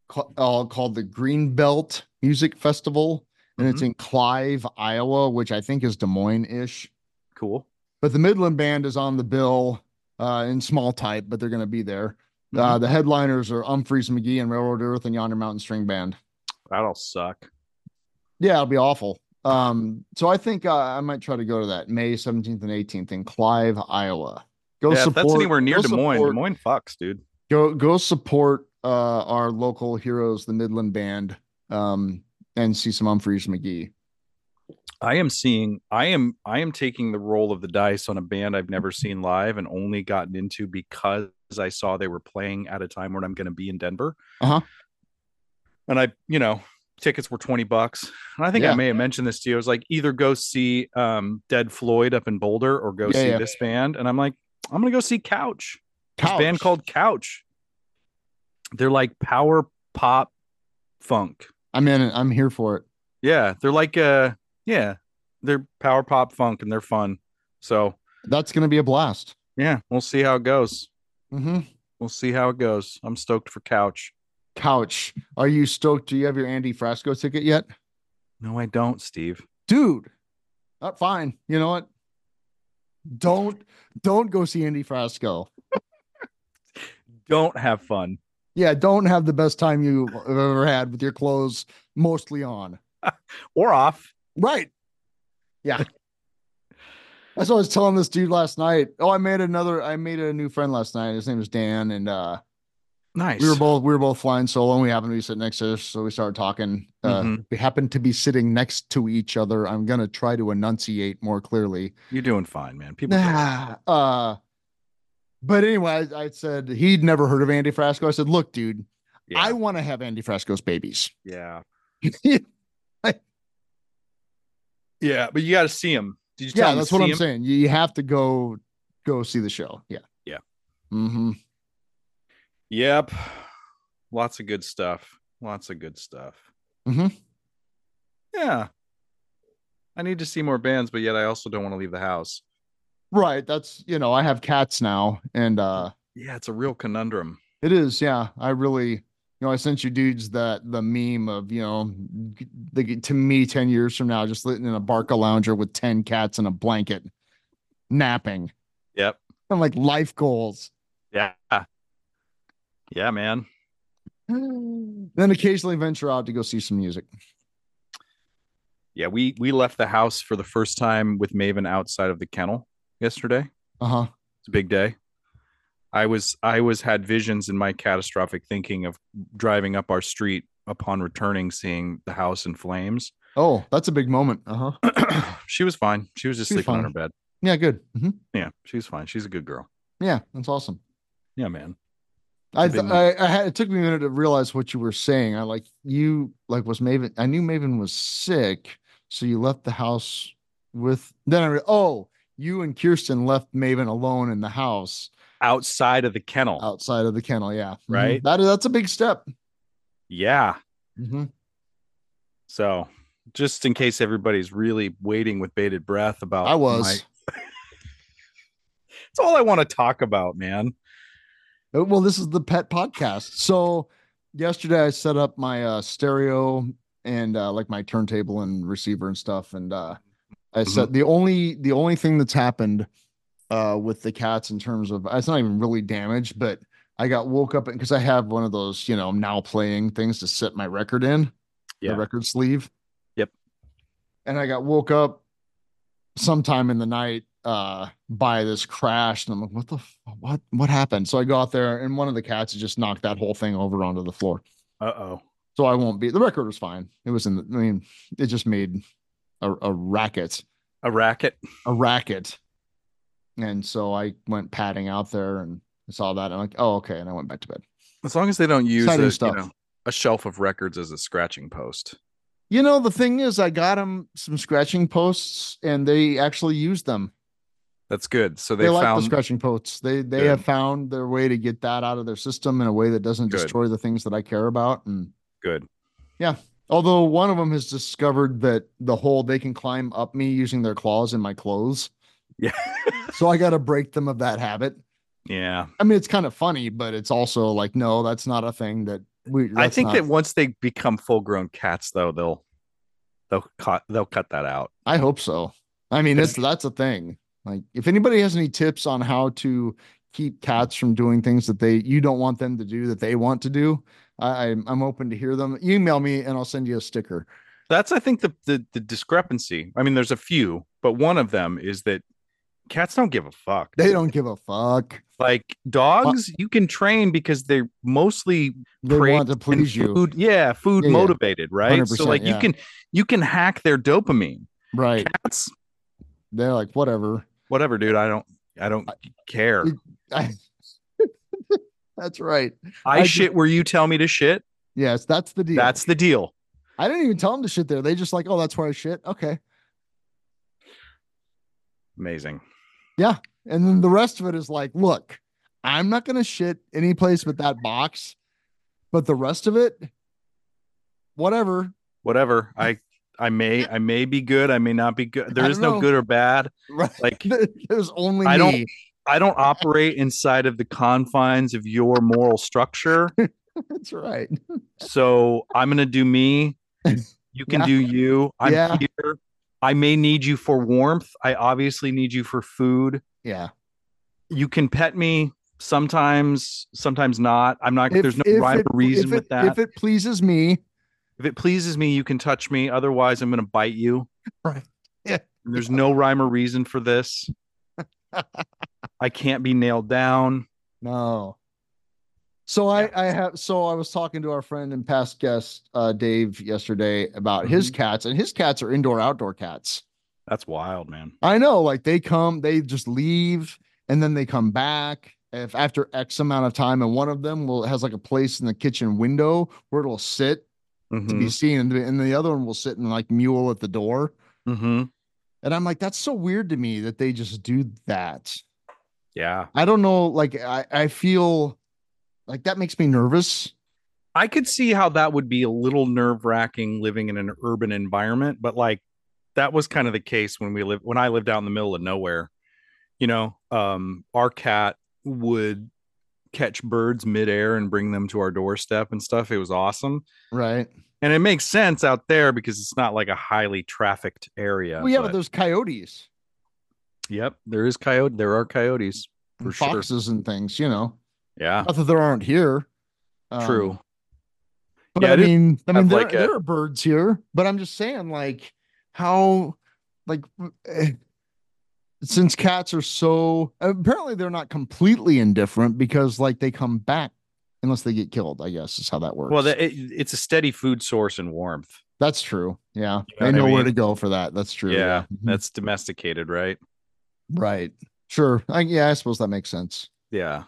Speaker 3: ca- uh, called the Greenbelt Music Festival, and it's
Speaker 2: Mhm.
Speaker 3: in Clive, Iowa, which I think is Des Moines ish.
Speaker 2: cool
Speaker 3: But the Midland Band is on the bill uh, in small type, but they're going to be there. Uh,
Speaker 2: Mhm.
Speaker 3: the headliners are Umphreys McGee and Railroad Earth and Yonder Mountain String Band.
Speaker 2: that'll suck
Speaker 3: Yeah, it'll be awful. Um, so I think uh, I might try to go to that May 17th and 18th in Clive, Iowa. Go
Speaker 2: yeah, if
Speaker 3: support.
Speaker 2: that's anywhere near
Speaker 3: go
Speaker 2: des moines
Speaker 3: support-
Speaker 2: des moines fucks dude
Speaker 3: Go go support uh, our local heroes, the Midland Band, um, and see some Humphreys McGee.
Speaker 2: i am seeing i am i am taking the roll of the dice on a band i've never
Speaker 3: Mm-hmm.
Speaker 2: seen live and only gotten into because i saw they were playing at a time when i'm going to be in denver
Speaker 3: Uh-huh.
Speaker 2: and i you know tickets were 20 bucks and i think
Speaker 3: Yeah.
Speaker 2: i may have mentioned this to you i was like either go see um dead floyd up in boulder or go
Speaker 3: Yeah,
Speaker 2: see
Speaker 3: yeah.
Speaker 2: this band and i'm like i'm gonna go see couch, this band
Speaker 3: Couch.
Speaker 2: called couch they're like power pop funk
Speaker 3: I'm in it. I'm here for it.
Speaker 2: yeah they're like uh yeah they're power pop funk and they're fun so
Speaker 3: That's going to be a blast.
Speaker 2: yeah we'll see how it goes
Speaker 3: hmm
Speaker 2: we'll see how it goes i'm stoked for couch
Speaker 3: Couch. Are you stoked? Do you have your Andy Frasco ticket yet?
Speaker 2: no i don't steve
Speaker 3: dude, uh, fine. You know what? Don't don't go see Andy Frasco.
Speaker 2: Don't have fun.
Speaker 3: Yeah, don't have the best time you've ever had with your clothes mostly on.
Speaker 2: Or off.
Speaker 3: Right. Yeah. That's what I was telling this dude last night. Oh, I made another I made a new friend last night. His name is Dan and uh
Speaker 2: Nice.
Speaker 3: we were both we were both flying solo and we happened to be sitting next to us so we started talking uh,
Speaker 2: Mhm.
Speaker 3: we happened to be sitting next to each other i'm gonna try to enunciate more clearly
Speaker 2: You're doing fine, man. People. get it.
Speaker 3: Nah, uh but anyway I, I said he'd never heard of andy frasco i said look dude
Speaker 2: yeah.
Speaker 3: i want to have andy frasco's babies
Speaker 2: yeah.
Speaker 3: yeah
Speaker 2: Yeah, but you got to see him. Did you tell him to
Speaker 3: that's what
Speaker 2: see
Speaker 3: i'm
Speaker 2: him?
Speaker 3: saying you have to go go see the show yeah
Speaker 2: Yeah.
Speaker 3: hmm
Speaker 2: Yep. Lots of good stuff. Lots of good stuff. Mm-hmm.
Speaker 3: Mhm.
Speaker 2: Yeah. I need to see more bands, but yet I also don't want to leave the house.
Speaker 3: right that's you know i have cats now and uh
Speaker 2: Yeah, it's a real conundrum.
Speaker 3: It is, yeah. I really, you know, I sent you dudes that the meme of, you know, g- the to me 10 years from now, just sitting in a Barca lounger with 10 cats and a blanket, napping.
Speaker 2: Yep.
Speaker 3: I'm like, life goals.
Speaker 2: Yeah. Yeah, man.
Speaker 3: then occasionally venture out to go see some music.
Speaker 2: Yeah, we we left the house for the first time with Maven outside of the kennel yesterday.
Speaker 3: Uh huh.
Speaker 2: It's a big day. I was I was had visions in my catastrophic thinking of driving up our street upon returning seeing the house in flames.
Speaker 3: Oh, that's a big moment. Uh
Speaker 2: Uh-huh.
Speaker 3: huh.
Speaker 2: she was fine. She was just
Speaker 3: She was
Speaker 2: sleeping on her
Speaker 3: fine.
Speaker 2: bed.
Speaker 3: Yeah, good. hmm
Speaker 2: Yeah, she's fine. She's a good girl.
Speaker 3: Yeah, that's awesome.
Speaker 2: Yeah, man.
Speaker 3: I,
Speaker 2: It's a big
Speaker 3: I, I had, it took me a minute to realize what you were saying. I like you, like was Maven. I knew Maven was sick, so you left the house with. Then I re- oh, you and Kirsten left Maven alone in the house
Speaker 2: Outside of the kennel.
Speaker 3: outside of the kennel. Yeah, Mhm.
Speaker 2: Right.
Speaker 3: That that's a big step.
Speaker 2: Yeah.
Speaker 3: Mhm.
Speaker 2: So, just in case everybody's really waiting with bated breath about
Speaker 3: I was.
Speaker 2: Oh, my- It's all I want to talk about, man.
Speaker 3: Uh, Well, this is the pet podcast. So yesterday I set up my uh, stereo and uh, like my turntable and receiver and stuff. And uh, I
Speaker 2: Mm-hmm.
Speaker 3: said the only the only thing that's happened uh, with the cats in terms of it's not even really damage, but I got woke up because I have one of those you know now playing things to set my record in
Speaker 2: Yeah.
Speaker 3: the record sleeve.
Speaker 2: Yep.
Speaker 3: And I got woke up sometime in the night uh by this crash and i'm like what the f- what what happened so i go out there and one of the cats just knocked that whole thing over onto the floor
Speaker 2: Uh-oh.
Speaker 3: so i won't be the record was fine it was in the, i mean it just made a, a racket
Speaker 2: A racket.
Speaker 3: a racket and so i went padding out there and I saw that and i'm like oh okay and i went back to bed
Speaker 2: As long as they don't use
Speaker 3: Exciting
Speaker 2: a, you
Speaker 3: stuff.
Speaker 2: know, a shelf of records as a scratching post.
Speaker 3: you know the thing is i got them some scratching posts and they actually used them
Speaker 2: That's good. So
Speaker 3: they,
Speaker 2: they,
Speaker 3: like
Speaker 2: found
Speaker 3: the scratching posts. They they
Speaker 2: Good.
Speaker 3: have found their way to get that out of their system in a way that doesn't
Speaker 2: Good.
Speaker 3: destroy the things that I care about. And
Speaker 2: good.
Speaker 3: although one of them has discovered that the hole they can climb up me using their claws in my clothes,
Speaker 2: Yeah.
Speaker 3: so I got to break them of that habit.
Speaker 2: yeah.
Speaker 3: I mean, it's kind of funny, but it's also like, no, that's not a thing that we.
Speaker 2: I
Speaker 3: that's
Speaker 2: think
Speaker 3: not-
Speaker 2: that once they become full-grown cats though, they'll they'll cut they'll cut that out.
Speaker 3: I hope so. I mean, it's that's a thing. Like, if anybody has any tips on how to keep cats from doing things that they you don't want them to do that they want to do, I, I'm I'm open to hear them. Email me and I'll send you a sticker.
Speaker 2: That's I think the, the the discrepancy. I mean, there's a few, but one of them is that cats don't give a fuck.
Speaker 3: They
Speaker 2: dude.
Speaker 3: don't give a fuck.
Speaker 2: like dogs. You can train because they're mostly
Speaker 3: They
Speaker 2: Praise
Speaker 3: want to
Speaker 2: and
Speaker 3: please you,
Speaker 2: Food, yeah, food
Speaker 3: Yeah, yeah.
Speaker 2: motivated, right? So
Speaker 3: 100%,
Speaker 2: like you
Speaker 3: yeah.
Speaker 2: can you can hack their dopamine.
Speaker 3: right?
Speaker 2: Cats,
Speaker 3: They're like whatever.
Speaker 2: whatever, dude. I don't I don't care.
Speaker 3: It- I, that's right.
Speaker 2: I,
Speaker 3: I just-
Speaker 2: shit where you tell me to shit.
Speaker 3: Yes, that's the deal.
Speaker 2: That's the deal.
Speaker 3: I didn't even tell them to shit there. They just like, oh, that's where I shit. Okay.
Speaker 2: Amazing.
Speaker 3: And then the rest of it is like, look, I'm not going to shit any place but that box, but the rest of it, whatever.
Speaker 2: Whatever. I I may I may be good. I may not be good. There
Speaker 3: I
Speaker 2: is
Speaker 3: don't
Speaker 2: no
Speaker 3: know.
Speaker 2: good or bad.
Speaker 3: Right.
Speaker 2: Like
Speaker 3: There's only
Speaker 2: I
Speaker 3: me.
Speaker 2: don't- I don't operate inside of the confines of your moral structure.
Speaker 3: That's right.
Speaker 2: So I'm gonna do me. You can
Speaker 3: Yeah.
Speaker 2: do you. I'm
Speaker 3: Yeah.
Speaker 2: here. I may need you for warmth. I obviously need you for food.
Speaker 3: Yeah.
Speaker 2: You can pet me sometimes, sometimes not. I'm not.
Speaker 3: If-
Speaker 2: there's no
Speaker 3: if
Speaker 2: rhyme
Speaker 3: it-
Speaker 2: or reason
Speaker 3: if
Speaker 2: with
Speaker 3: it-
Speaker 2: that.
Speaker 3: If it pleases me,
Speaker 2: if it pleases me, you can touch me. Otherwise, I'm going to bite you.
Speaker 3: Right. Yeah.
Speaker 2: And there's no rhyme or reason for this. I can't be nailed down.
Speaker 3: No. So I, I have so I was talking to our friend and past guest uh, Dave yesterday about his
Speaker 2: Mm-hmm.
Speaker 3: cats and his cats are indoor outdoor cats.
Speaker 2: That's wild, man.
Speaker 3: I know like they come they just leave and then they come back if after X amount of time and one of them will has like a place in the kitchen window where it'll sit to be seen and, and the other one will sit and like mule at the door
Speaker 2: Mm-hmm.
Speaker 3: and I'm like that's so weird to me that they just do that.
Speaker 2: Yeah.
Speaker 3: I don't know like I I feel like that makes me nervous.
Speaker 2: I could see how that would be a little nerve wracking living in an urban environment, but like that was kind of the case when we lived when I lived out in the middle of nowhere. You know, um, our cat would catch birds midair and bring them to our doorstep and stuff. It was awesome.
Speaker 3: Right.
Speaker 2: And it makes sense out there because it's not like a highly trafficked area.
Speaker 3: Well, yeah, but
Speaker 2: but-
Speaker 3: there's coyotes,
Speaker 2: yep, there is coyote. There are coyotes.
Speaker 3: and
Speaker 2: For sure.
Speaker 3: foxes, and things. You know,
Speaker 2: Yeah,
Speaker 3: not that there aren't here. um,
Speaker 2: true.
Speaker 3: But
Speaker 2: Yeah,
Speaker 3: I
Speaker 2: I didn't
Speaker 3: mean, I mean,
Speaker 2: have,
Speaker 3: there,
Speaker 2: like, a-
Speaker 3: there are birds here. But I'm just saying, like, how, like, eh, since cats are so apparently they're not completely indifferent because like they come back unless they get killed. I guess is how that works.
Speaker 2: Well, that, it, it's a steady food source and warmth.
Speaker 3: that's true. Yeah,
Speaker 2: know
Speaker 3: they
Speaker 2: what I
Speaker 3: know where
Speaker 2: mean?
Speaker 3: to go for that. That's true.
Speaker 2: Yeah,
Speaker 3: Mhm.
Speaker 2: that's domesticated, right?
Speaker 3: right. Sure. I, yeah, I suppose that makes sense.
Speaker 2: Yeah.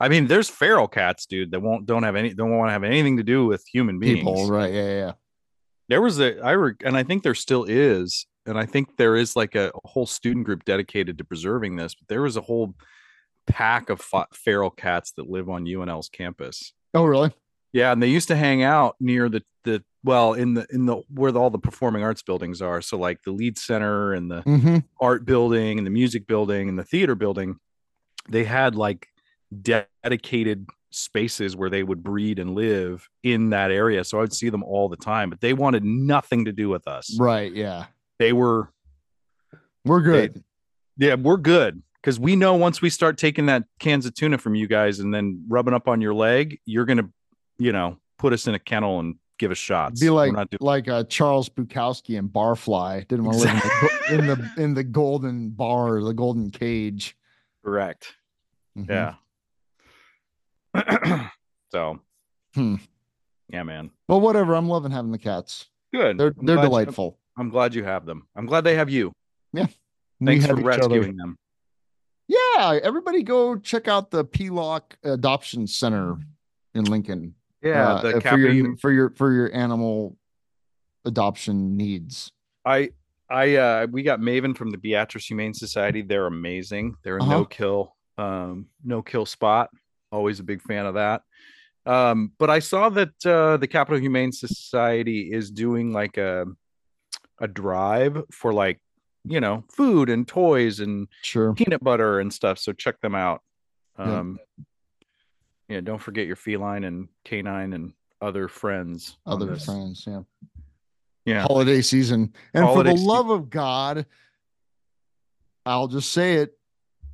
Speaker 2: I mean, there's feral cats, dude, that won't don't have any don't want to have anything to do with human beings.
Speaker 3: People, right? Yeah, yeah, yeah.
Speaker 2: There was a I re, and I think there still is, and I think there is like a whole student group dedicated to preserving this. But there was a whole pack of fa- feral cats that live on UNL's campus.
Speaker 3: Oh, really?
Speaker 2: Yeah, and they used to hang out near the the well in the in the where the, all the performing arts buildings are. So like the lead center and the
Speaker 3: Mm-hmm.
Speaker 2: art building and the music building and the theater building, they had like dedicated spaces where they would breed and live in that area. So I would see them all the time, but they wanted nothing to do with us.
Speaker 3: Right. Yeah.
Speaker 2: They were,
Speaker 3: We're
Speaker 2: They-
Speaker 3: good.
Speaker 2: yeah, we're good. Cause we know once we start taking that cans of tuna from you guys and then rubbing up on your leg, you're going to, you know, put us in a kennel and give us shots.
Speaker 3: Be
Speaker 2: We're
Speaker 3: like
Speaker 2: not doing-
Speaker 3: like uh, Charles Bukowski and Barfly didn't want to live in the, in the in the golden bar, the golden cage.
Speaker 2: correct.
Speaker 3: Mhm.
Speaker 2: Yeah. so,
Speaker 3: Hmm.
Speaker 2: yeah, man.
Speaker 3: But whatever, I'm loving having the cats.
Speaker 2: Good.
Speaker 3: They're
Speaker 2: I'm
Speaker 3: they're
Speaker 2: glad you-
Speaker 3: delightful.
Speaker 2: I'm glad you have them. I'm glad they have you.
Speaker 3: We
Speaker 2: Thanks for
Speaker 3: have each other.
Speaker 2: rescuing them.
Speaker 3: Yeah, everybody go check out the P-Lock Adoption Center in Lincoln. uh,
Speaker 2: the
Speaker 3: for your,
Speaker 2: Capri-
Speaker 3: for your for your animal adoption needs.
Speaker 2: I I uh we got Maven from the Beatrice Humane Society. They're amazing. They're a
Speaker 3: Uh-huh.
Speaker 2: no kill um no kill spot. Always a big fan of that. Um but I saw that uh the Capital Humane Society is doing like a a drive for like, you know, food and toys and
Speaker 3: Sure.
Speaker 2: peanut butter and stuff. So check them out.
Speaker 3: Yeah.
Speaker 2: Um, yeah. don't forget your feline and canine and other friends. on
Speaker 3: Other
Speaker 2: this.
Speaker 3: friends, yeah.
Speaker 2: Oh, Yeah.
Speaker 3: holiday season. And
Speaker 2: Holiday
Speaker 3: for the
Speaker 2: sea-
Speaker 3: love of God, I'll just say it.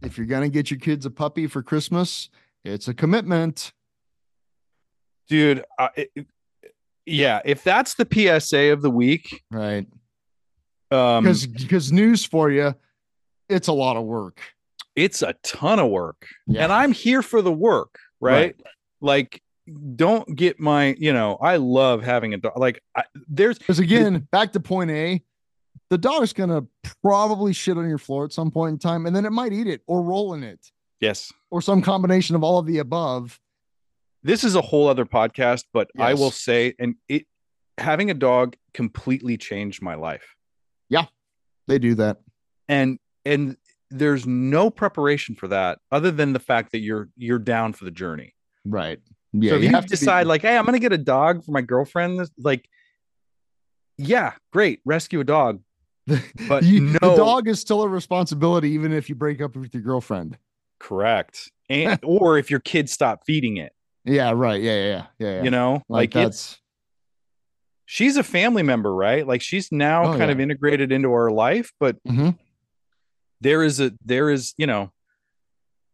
Speaker 3: If you're going to get your kids a puppy for Christmas, it's a commitment.
Speaker 2: Dude, I, it- it- yeah, if that's the PSA of the week,
Speaker 3: Right.
Speaker 2: um,
Speaker 3: Because news for you, it's a lot of work.
Speaker 2: it's a ton of work.
Speaker 3: Yeah.
Speaker 2: And I'm here for the work, right?
Speaker 3: Right.
Speaker 2: Like, don't get my, you know, I love having a dog. Like, I, there's,
Speaker 3: Because again, back to point A, the dog's going to probably shit on your floor at some point in time, and then it might eat it or roll in it
Speaker 2: yes,
Speaker 3: or some combination of all of the above.
Speaker 2: this is a whole other podcast, but I will
Speaker 3: Yes.
Speaker 2: say, and it, having a dog completely changed my life.
Speaker 3: They do that.
Speaker 2: and and there's no preparation for that other than the fact that you're you're down for the journey
Speaker 3: Right. Yeah.
Speaker 2: so if you,
Speaker 3: have to be-
Speaker 2: decide like hey i'm gonna get a dog for my girlfriend this- like yeah great rescue a dog but
Speaker 3: You-
Speaker 2: no-
Speaker 3: the dog is still a responsibility, even if you break up with your girlfriend.
Speaker 2: correct and Eh, or if your kids stop feeding it
Speaker 3: Yeah, right. Yeah, yeah, yeah. yeah.
Speaker 2: you know
Speaker 3: like,
Speaker 2: like, it's
Speaker 3: that's
Speaker 2: she's a family member, right? Like she's now
Speaker 3: Oh,
Speaker 2: kind of
Speaker 3: yeah.
Speaker 2: integrated into our life, but
Speaker 3: Mhm.
Speaker 2: there is a there is, you know,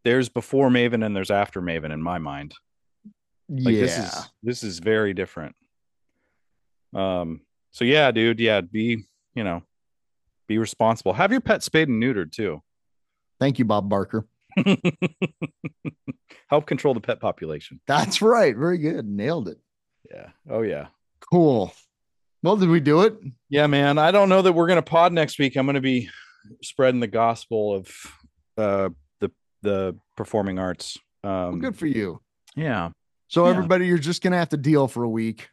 Speaker 2: there's before Maven and there's after Maven in my mind. Like
Speaker 3: yeah.
Speaker 2: this is this is very different. Um so yeah, dude, yeah, be, you know, be responsible. Have your pet spayed and neutered too.
Speaker 3: Thank you, Bob Barker.
Speaker 2: Help control the pet population.
Speaker 3: That's right. Very good. Nailed it.
Speaker 2: Yeah. Oh yeah.
Speaker 3: Cool. Well, did we do it?
Speaker 2: Yeah, man. I don't know that we're gonna pod next week. I'm gonna be spreading the gospel of uh the the performing arts.
Speaker 3: Well,
Speaker 2: Um
Speaker 3: good for you.
Speaker 2: yeah.
Speaker 3: So
Speaker 2: yeah.
Speaker 3: everybody, you're just gonna have to deal for a week.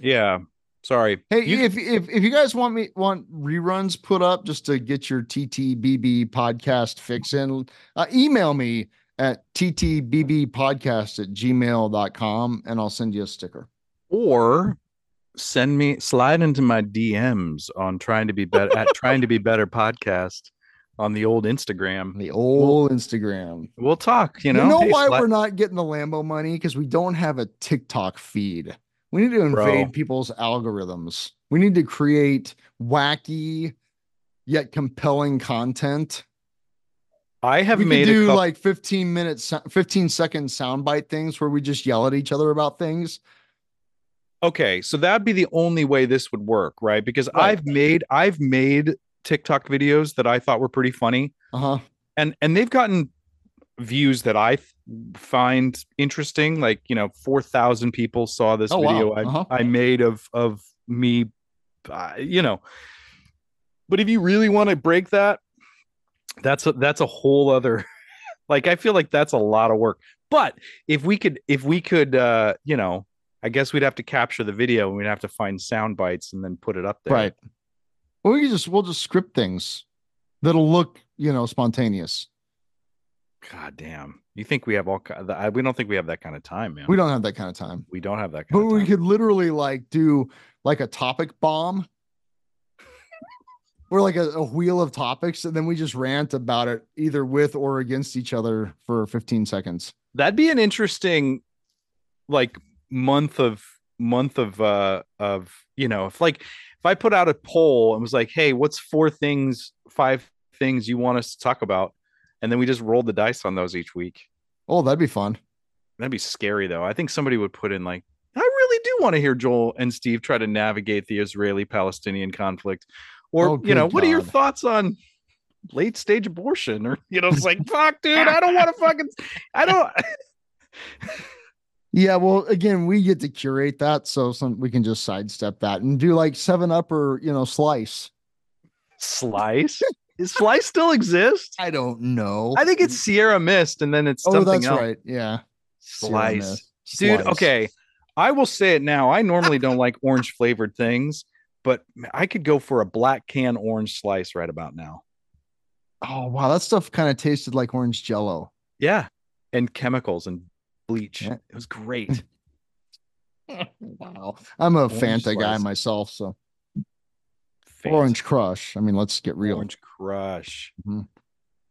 Speaker 2: Yeah. Sorry.
Speaker 3: Hey,
Speaker 2: You-
Speaker 3: if, if if you guys want me want reruns put up just to get your TTBB podcast fix in, uh, email me at ttbbpodcast at gmail.com and I'll send you a sticker.
Speaker 2: or send me slide into my DMs on trying to be better at trying to be better podcast on the old Instagram.
Speaker 3: The old Instagram.
Speaker 2: We'll talk, you know. Hey,
Speaker 3: why
Speaker 2: sli-
Speaker 3: we're not getting the Lambo money? Because we don't have a TikTok feed. We need to invade
Speaker 2: Bro.
Speaker 3: people's algorithms. We need to create wacky yet compelling content.
Speaker 2: I have
Speaker 3: we
Speaker 2: made
Speaker 3: could
Speaker 2: a
Speaker 3: do
Speaker 2: couple,
Speaker 3: like 15 minutes, 15 second soundbite things where we just yell at each other about things.
Speaker 2: okay, so that'd be the only way this would work, right? Because
Speaker 3: Right.
Speaker 2: I've made I've made TikTok videos that I thought were pretty funny.
Speaker 3: Uh huh.
Speaker 2: and and they've gotten views that I f- find interesting. Like you know, four thousand people saw this
Speaker 3: Oh, wow.
Speaker 2: video I,
Speaker 3: Uh-huh.
Speaker 2: I made of of me, uh, you know. But if you really want to break that, that's a, that's a whole other. like I feel like that's a lot of work. But if we could, if we could, uh, you know, I guess we'd have to capture the video and we'd have to find sound bites and then put it up there.
Speaker 3: Right. Well, we can just, we'll just script things that'll look, you know, spontaneous.
Speaker 2: God damn. You think we have all? ki- the- I- We don't think we have that kind of time, man.
Speaker 3: We don't have that kind of time.
Speaker 2: We don't have that kind
Speaker 3: But
Speaker 2: of time.
Speaker 3: we could literally like do like a topic bomb or like a, a wheel of topics, and then we just rant about it either with or against each other for 15 seconds.
Speaker 2: That'd be an interesting like month of month of uh of you know, if like if I put out a poll and was like, hey, what's four things, five things you want us to talk about? And then we just rolled the dice on those each week.
Speaker 3: Oh, that'd be fun.
Speaker 2: That'd be scary though. I think somebody would put in like, I really do want to hear Joel and Steve try to navigate the Israeli Palestinian conflict. Or,
Speaker 3: Oh,
Speaker 2: you know,
Speaker 3: good
Speaker 2: what are your
Speaker 3: God.
Speaker 2: thoughts on late stage abortion? Or, you know, it's like, fuck, dude, I don't want to fucking, I don't,
Speaker 3: Yeah, well, again, we get to curate that, so some we can just sidestep that and do like seven up or you know slice.
Speaker 2: Slice? Does Slice still exist?
Speaker 3: I don't know.
Speaker 2: I think it's Sierra Mist, and then it's
Speaker 3: oh,
Speaker 2: something
Speaker 3: that's
Speaker 2: else.
Speaker 3: right. Yeah, Sierra
Speaker 2: Slice,
Speaker 3: Mist.
Speaker 2: dude.
Speaker 3: Slice.
Speaker 2: Okay, I will say it now. I normally don't like orange flavored things, but I could go for a black can orange slice right about now.
Speaker 3: Oh wow, that stuff kind of tasted like orange Jello.
Speaker 2: Yeah, and chemicals and bleach.
Speaker 3: Yeah.
Speaker 2: It was great.
Speaker 3: Wow, I'm a
Speaker 2: Orange
Speaker 3: Fanta guy
Speaker 2: slice.
Speaker 3: myself, so
Speaker 2: Fancy.
Speaker 3: Orange Crush. I mean, let's get real.
Speaker 2: Orange Crush.
Speaker 3: Mhm.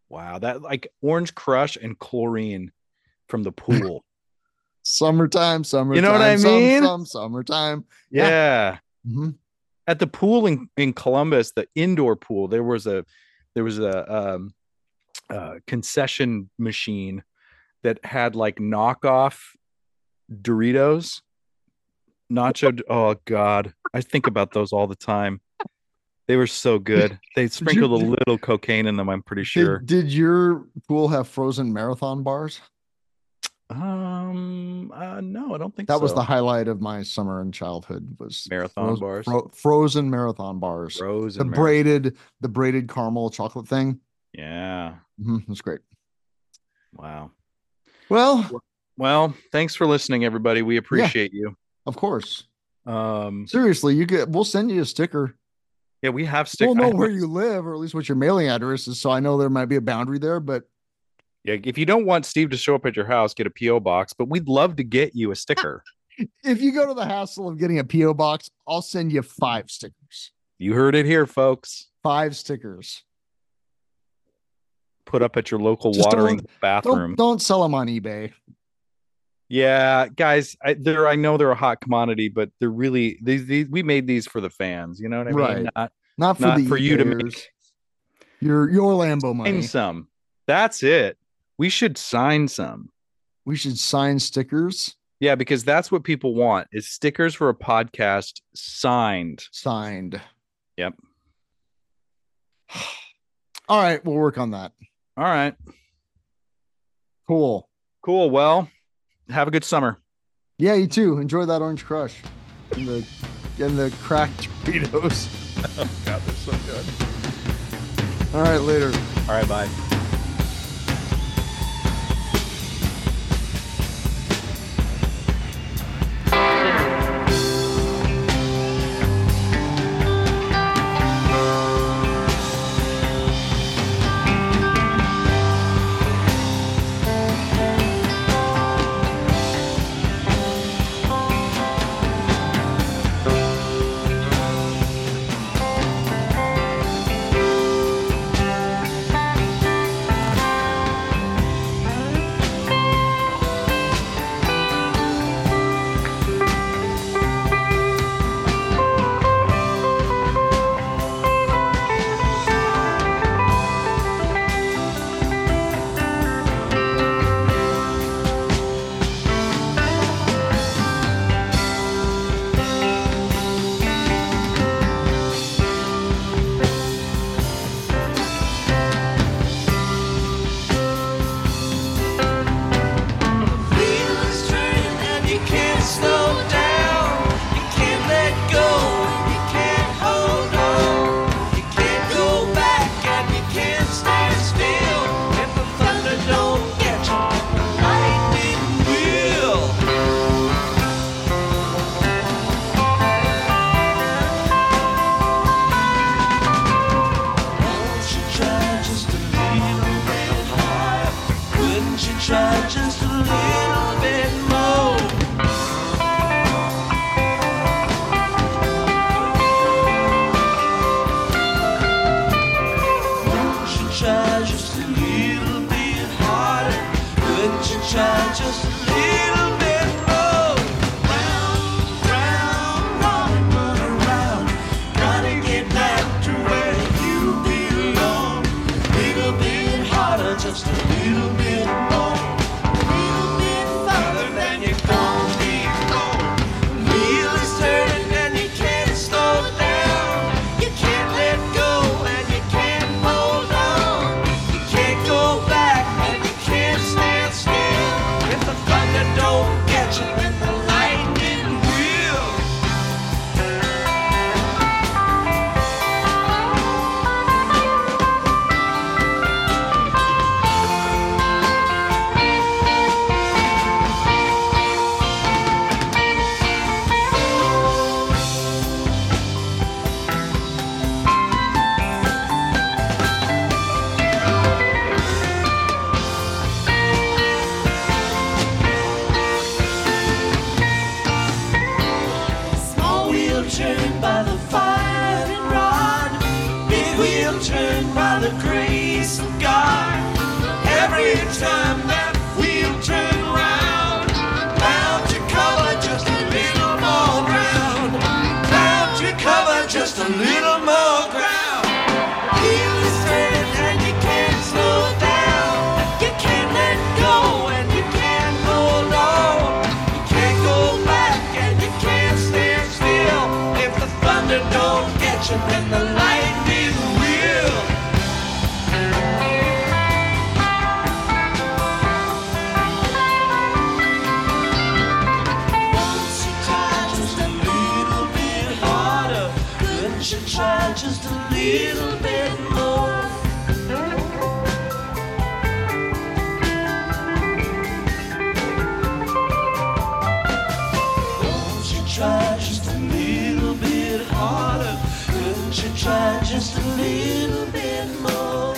Speaker 2: Wow, that like Orange Crush and chlorine from the pool.
Speaker 3: Summertime, summertime.
Speaker 2: know what I
Speaker 3: some-
Speaker 2: mean?
Speaker 3: some summertime. Yeah.
Speaker 2: yeah.
Speaker 3: Mhm.
Speaker 2: at the pool in, in Columbus, the indoor pool, there was a there was a um, uh, concession machine that had like knockoff Doritos, nacho. Oh God, I think about those all the time. They were so good. They sprinkled a
Speaker 3: did-
Speaker 2: little cocaine in them. I'm pretty sure.
Speaker 3: Did, did your pool have frozen marathon bars?
Speaker 2: Um, uh, no, I don't think
Speaker 3: That was
Speaker 2: so.
Speaker 3: the highlight of my summer and childhood. Was
Speaker 2: marathon
Speaker 3: frozen-
Speaker 2: bars,
Speaker 3: fro- frozen marathon bars.
Speaker 2: Rose
Speaker 3: the
Speaker 2: and marathon.
Speaker 3: braided the braided caramel chocolate thing
Speaker 2: Yeah.
Speaker 3: Mhm, that's great
Speaker 2: Wow.
Speaker 3: well
Speaker 2: Well, thanks for listening, everybody. We appreciate you.
Speaker 3: of course
Speaker 2: Um,
Speaker 3: seriously you could we'll send you a sticker
Speaker 2: yeah, we have stick.
Speaker 3: we'll
Speaker 2: I
Speaker 3: know
Speaker 2: have-
Speaker 3: where you live or at least what your mailing address is so i know there might be a boundary there but
Speaker 2: yeah, if you don't want Steve to show up at your house, get a PO box. But we'd love to get you a sticker.
Speaker 3: if you go to the hassle of getting a po box i'll send you five stickers
Speaker 2: you heard it here, folks.
Speaker 3: five stickers
Speaker 2: Put up at your local
Speaker 3: Just
Speaker 2: watering
Speaker 3: don't-
Speaker 2: bathroom.
Speaker 3: don't, don't sell them on ebay
Speaker 2: Yeah, guys, I, they're I know they're a hot commodity, but they're really these, these we made these for the fans. You know what I mean?
Speaker 3: Right.
Speaker 2: Not,
Speaker 3: Not for
Speaker 2: not
Speaker 3: the
Speaker 2: for you to
Speaker 3: eBayers.
Speaker 2: make
Speaker 3: your your Lambo
Speaker 2: sign
Speaker 3: money.
Speaker 2: some. That's it. We should sign some.
Speaker 3: We should sign stickers.
Speaker 2: Yeah, because that's what people want is stickers for a podcast signed.
Speaker 3: Signed.
Speaker 2: Yep.
Speaker 3: All right, we'll work on that.
Speaker 2: All right.
Speaker 3: Cool.
Speaker 2: Cool. Well, have a good summer.
Speaker 3: Yeah, you too. Enjoy that orange crush and the and the cracked Doritos.
Speaker 2: God, they're so good.
Speaker 3: All right, later.
Speaker 2: All right, bye.
Speaker 4: Wheels turning and you can't slow down. You can't let go, you can't hold on. You can't go back and you can't stand still. If the thunder don't get you, the lightning will. Won't you try just a little bit higher? Wouldn't you try just a little bit more? Wouldn't you try just a little bit harder? Wouldn't you try just a little bit more? Round, round, round, run around. Gotta get back to where you belong. Little bit harder, just a little bit more. Little bit farther than you gonna be going. Wheel is turning and you can't slow down. You can't let go and you can't hold on. You can't go back and you can't stand still. If the thunder don't get you, if the lightning will. Small wheel turned by the fire and rod. Big wheel turned by the grace of God. Every time that wheel turned round, round to cover just a little more ground. Round to cover just a little more ground. Wheel is turning and you can't slow down. You can't let go and you can't hold on. You can't go back and you can't stand still. If the thunder don't get you, then the lightning will. Once you try just a little bit harder, couldn't you try just a little bit more? Won't you try just a little bit harder? Couldn't you try just a little bit more?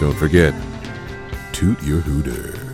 Speaker 1: Don't forget, toot your hooter.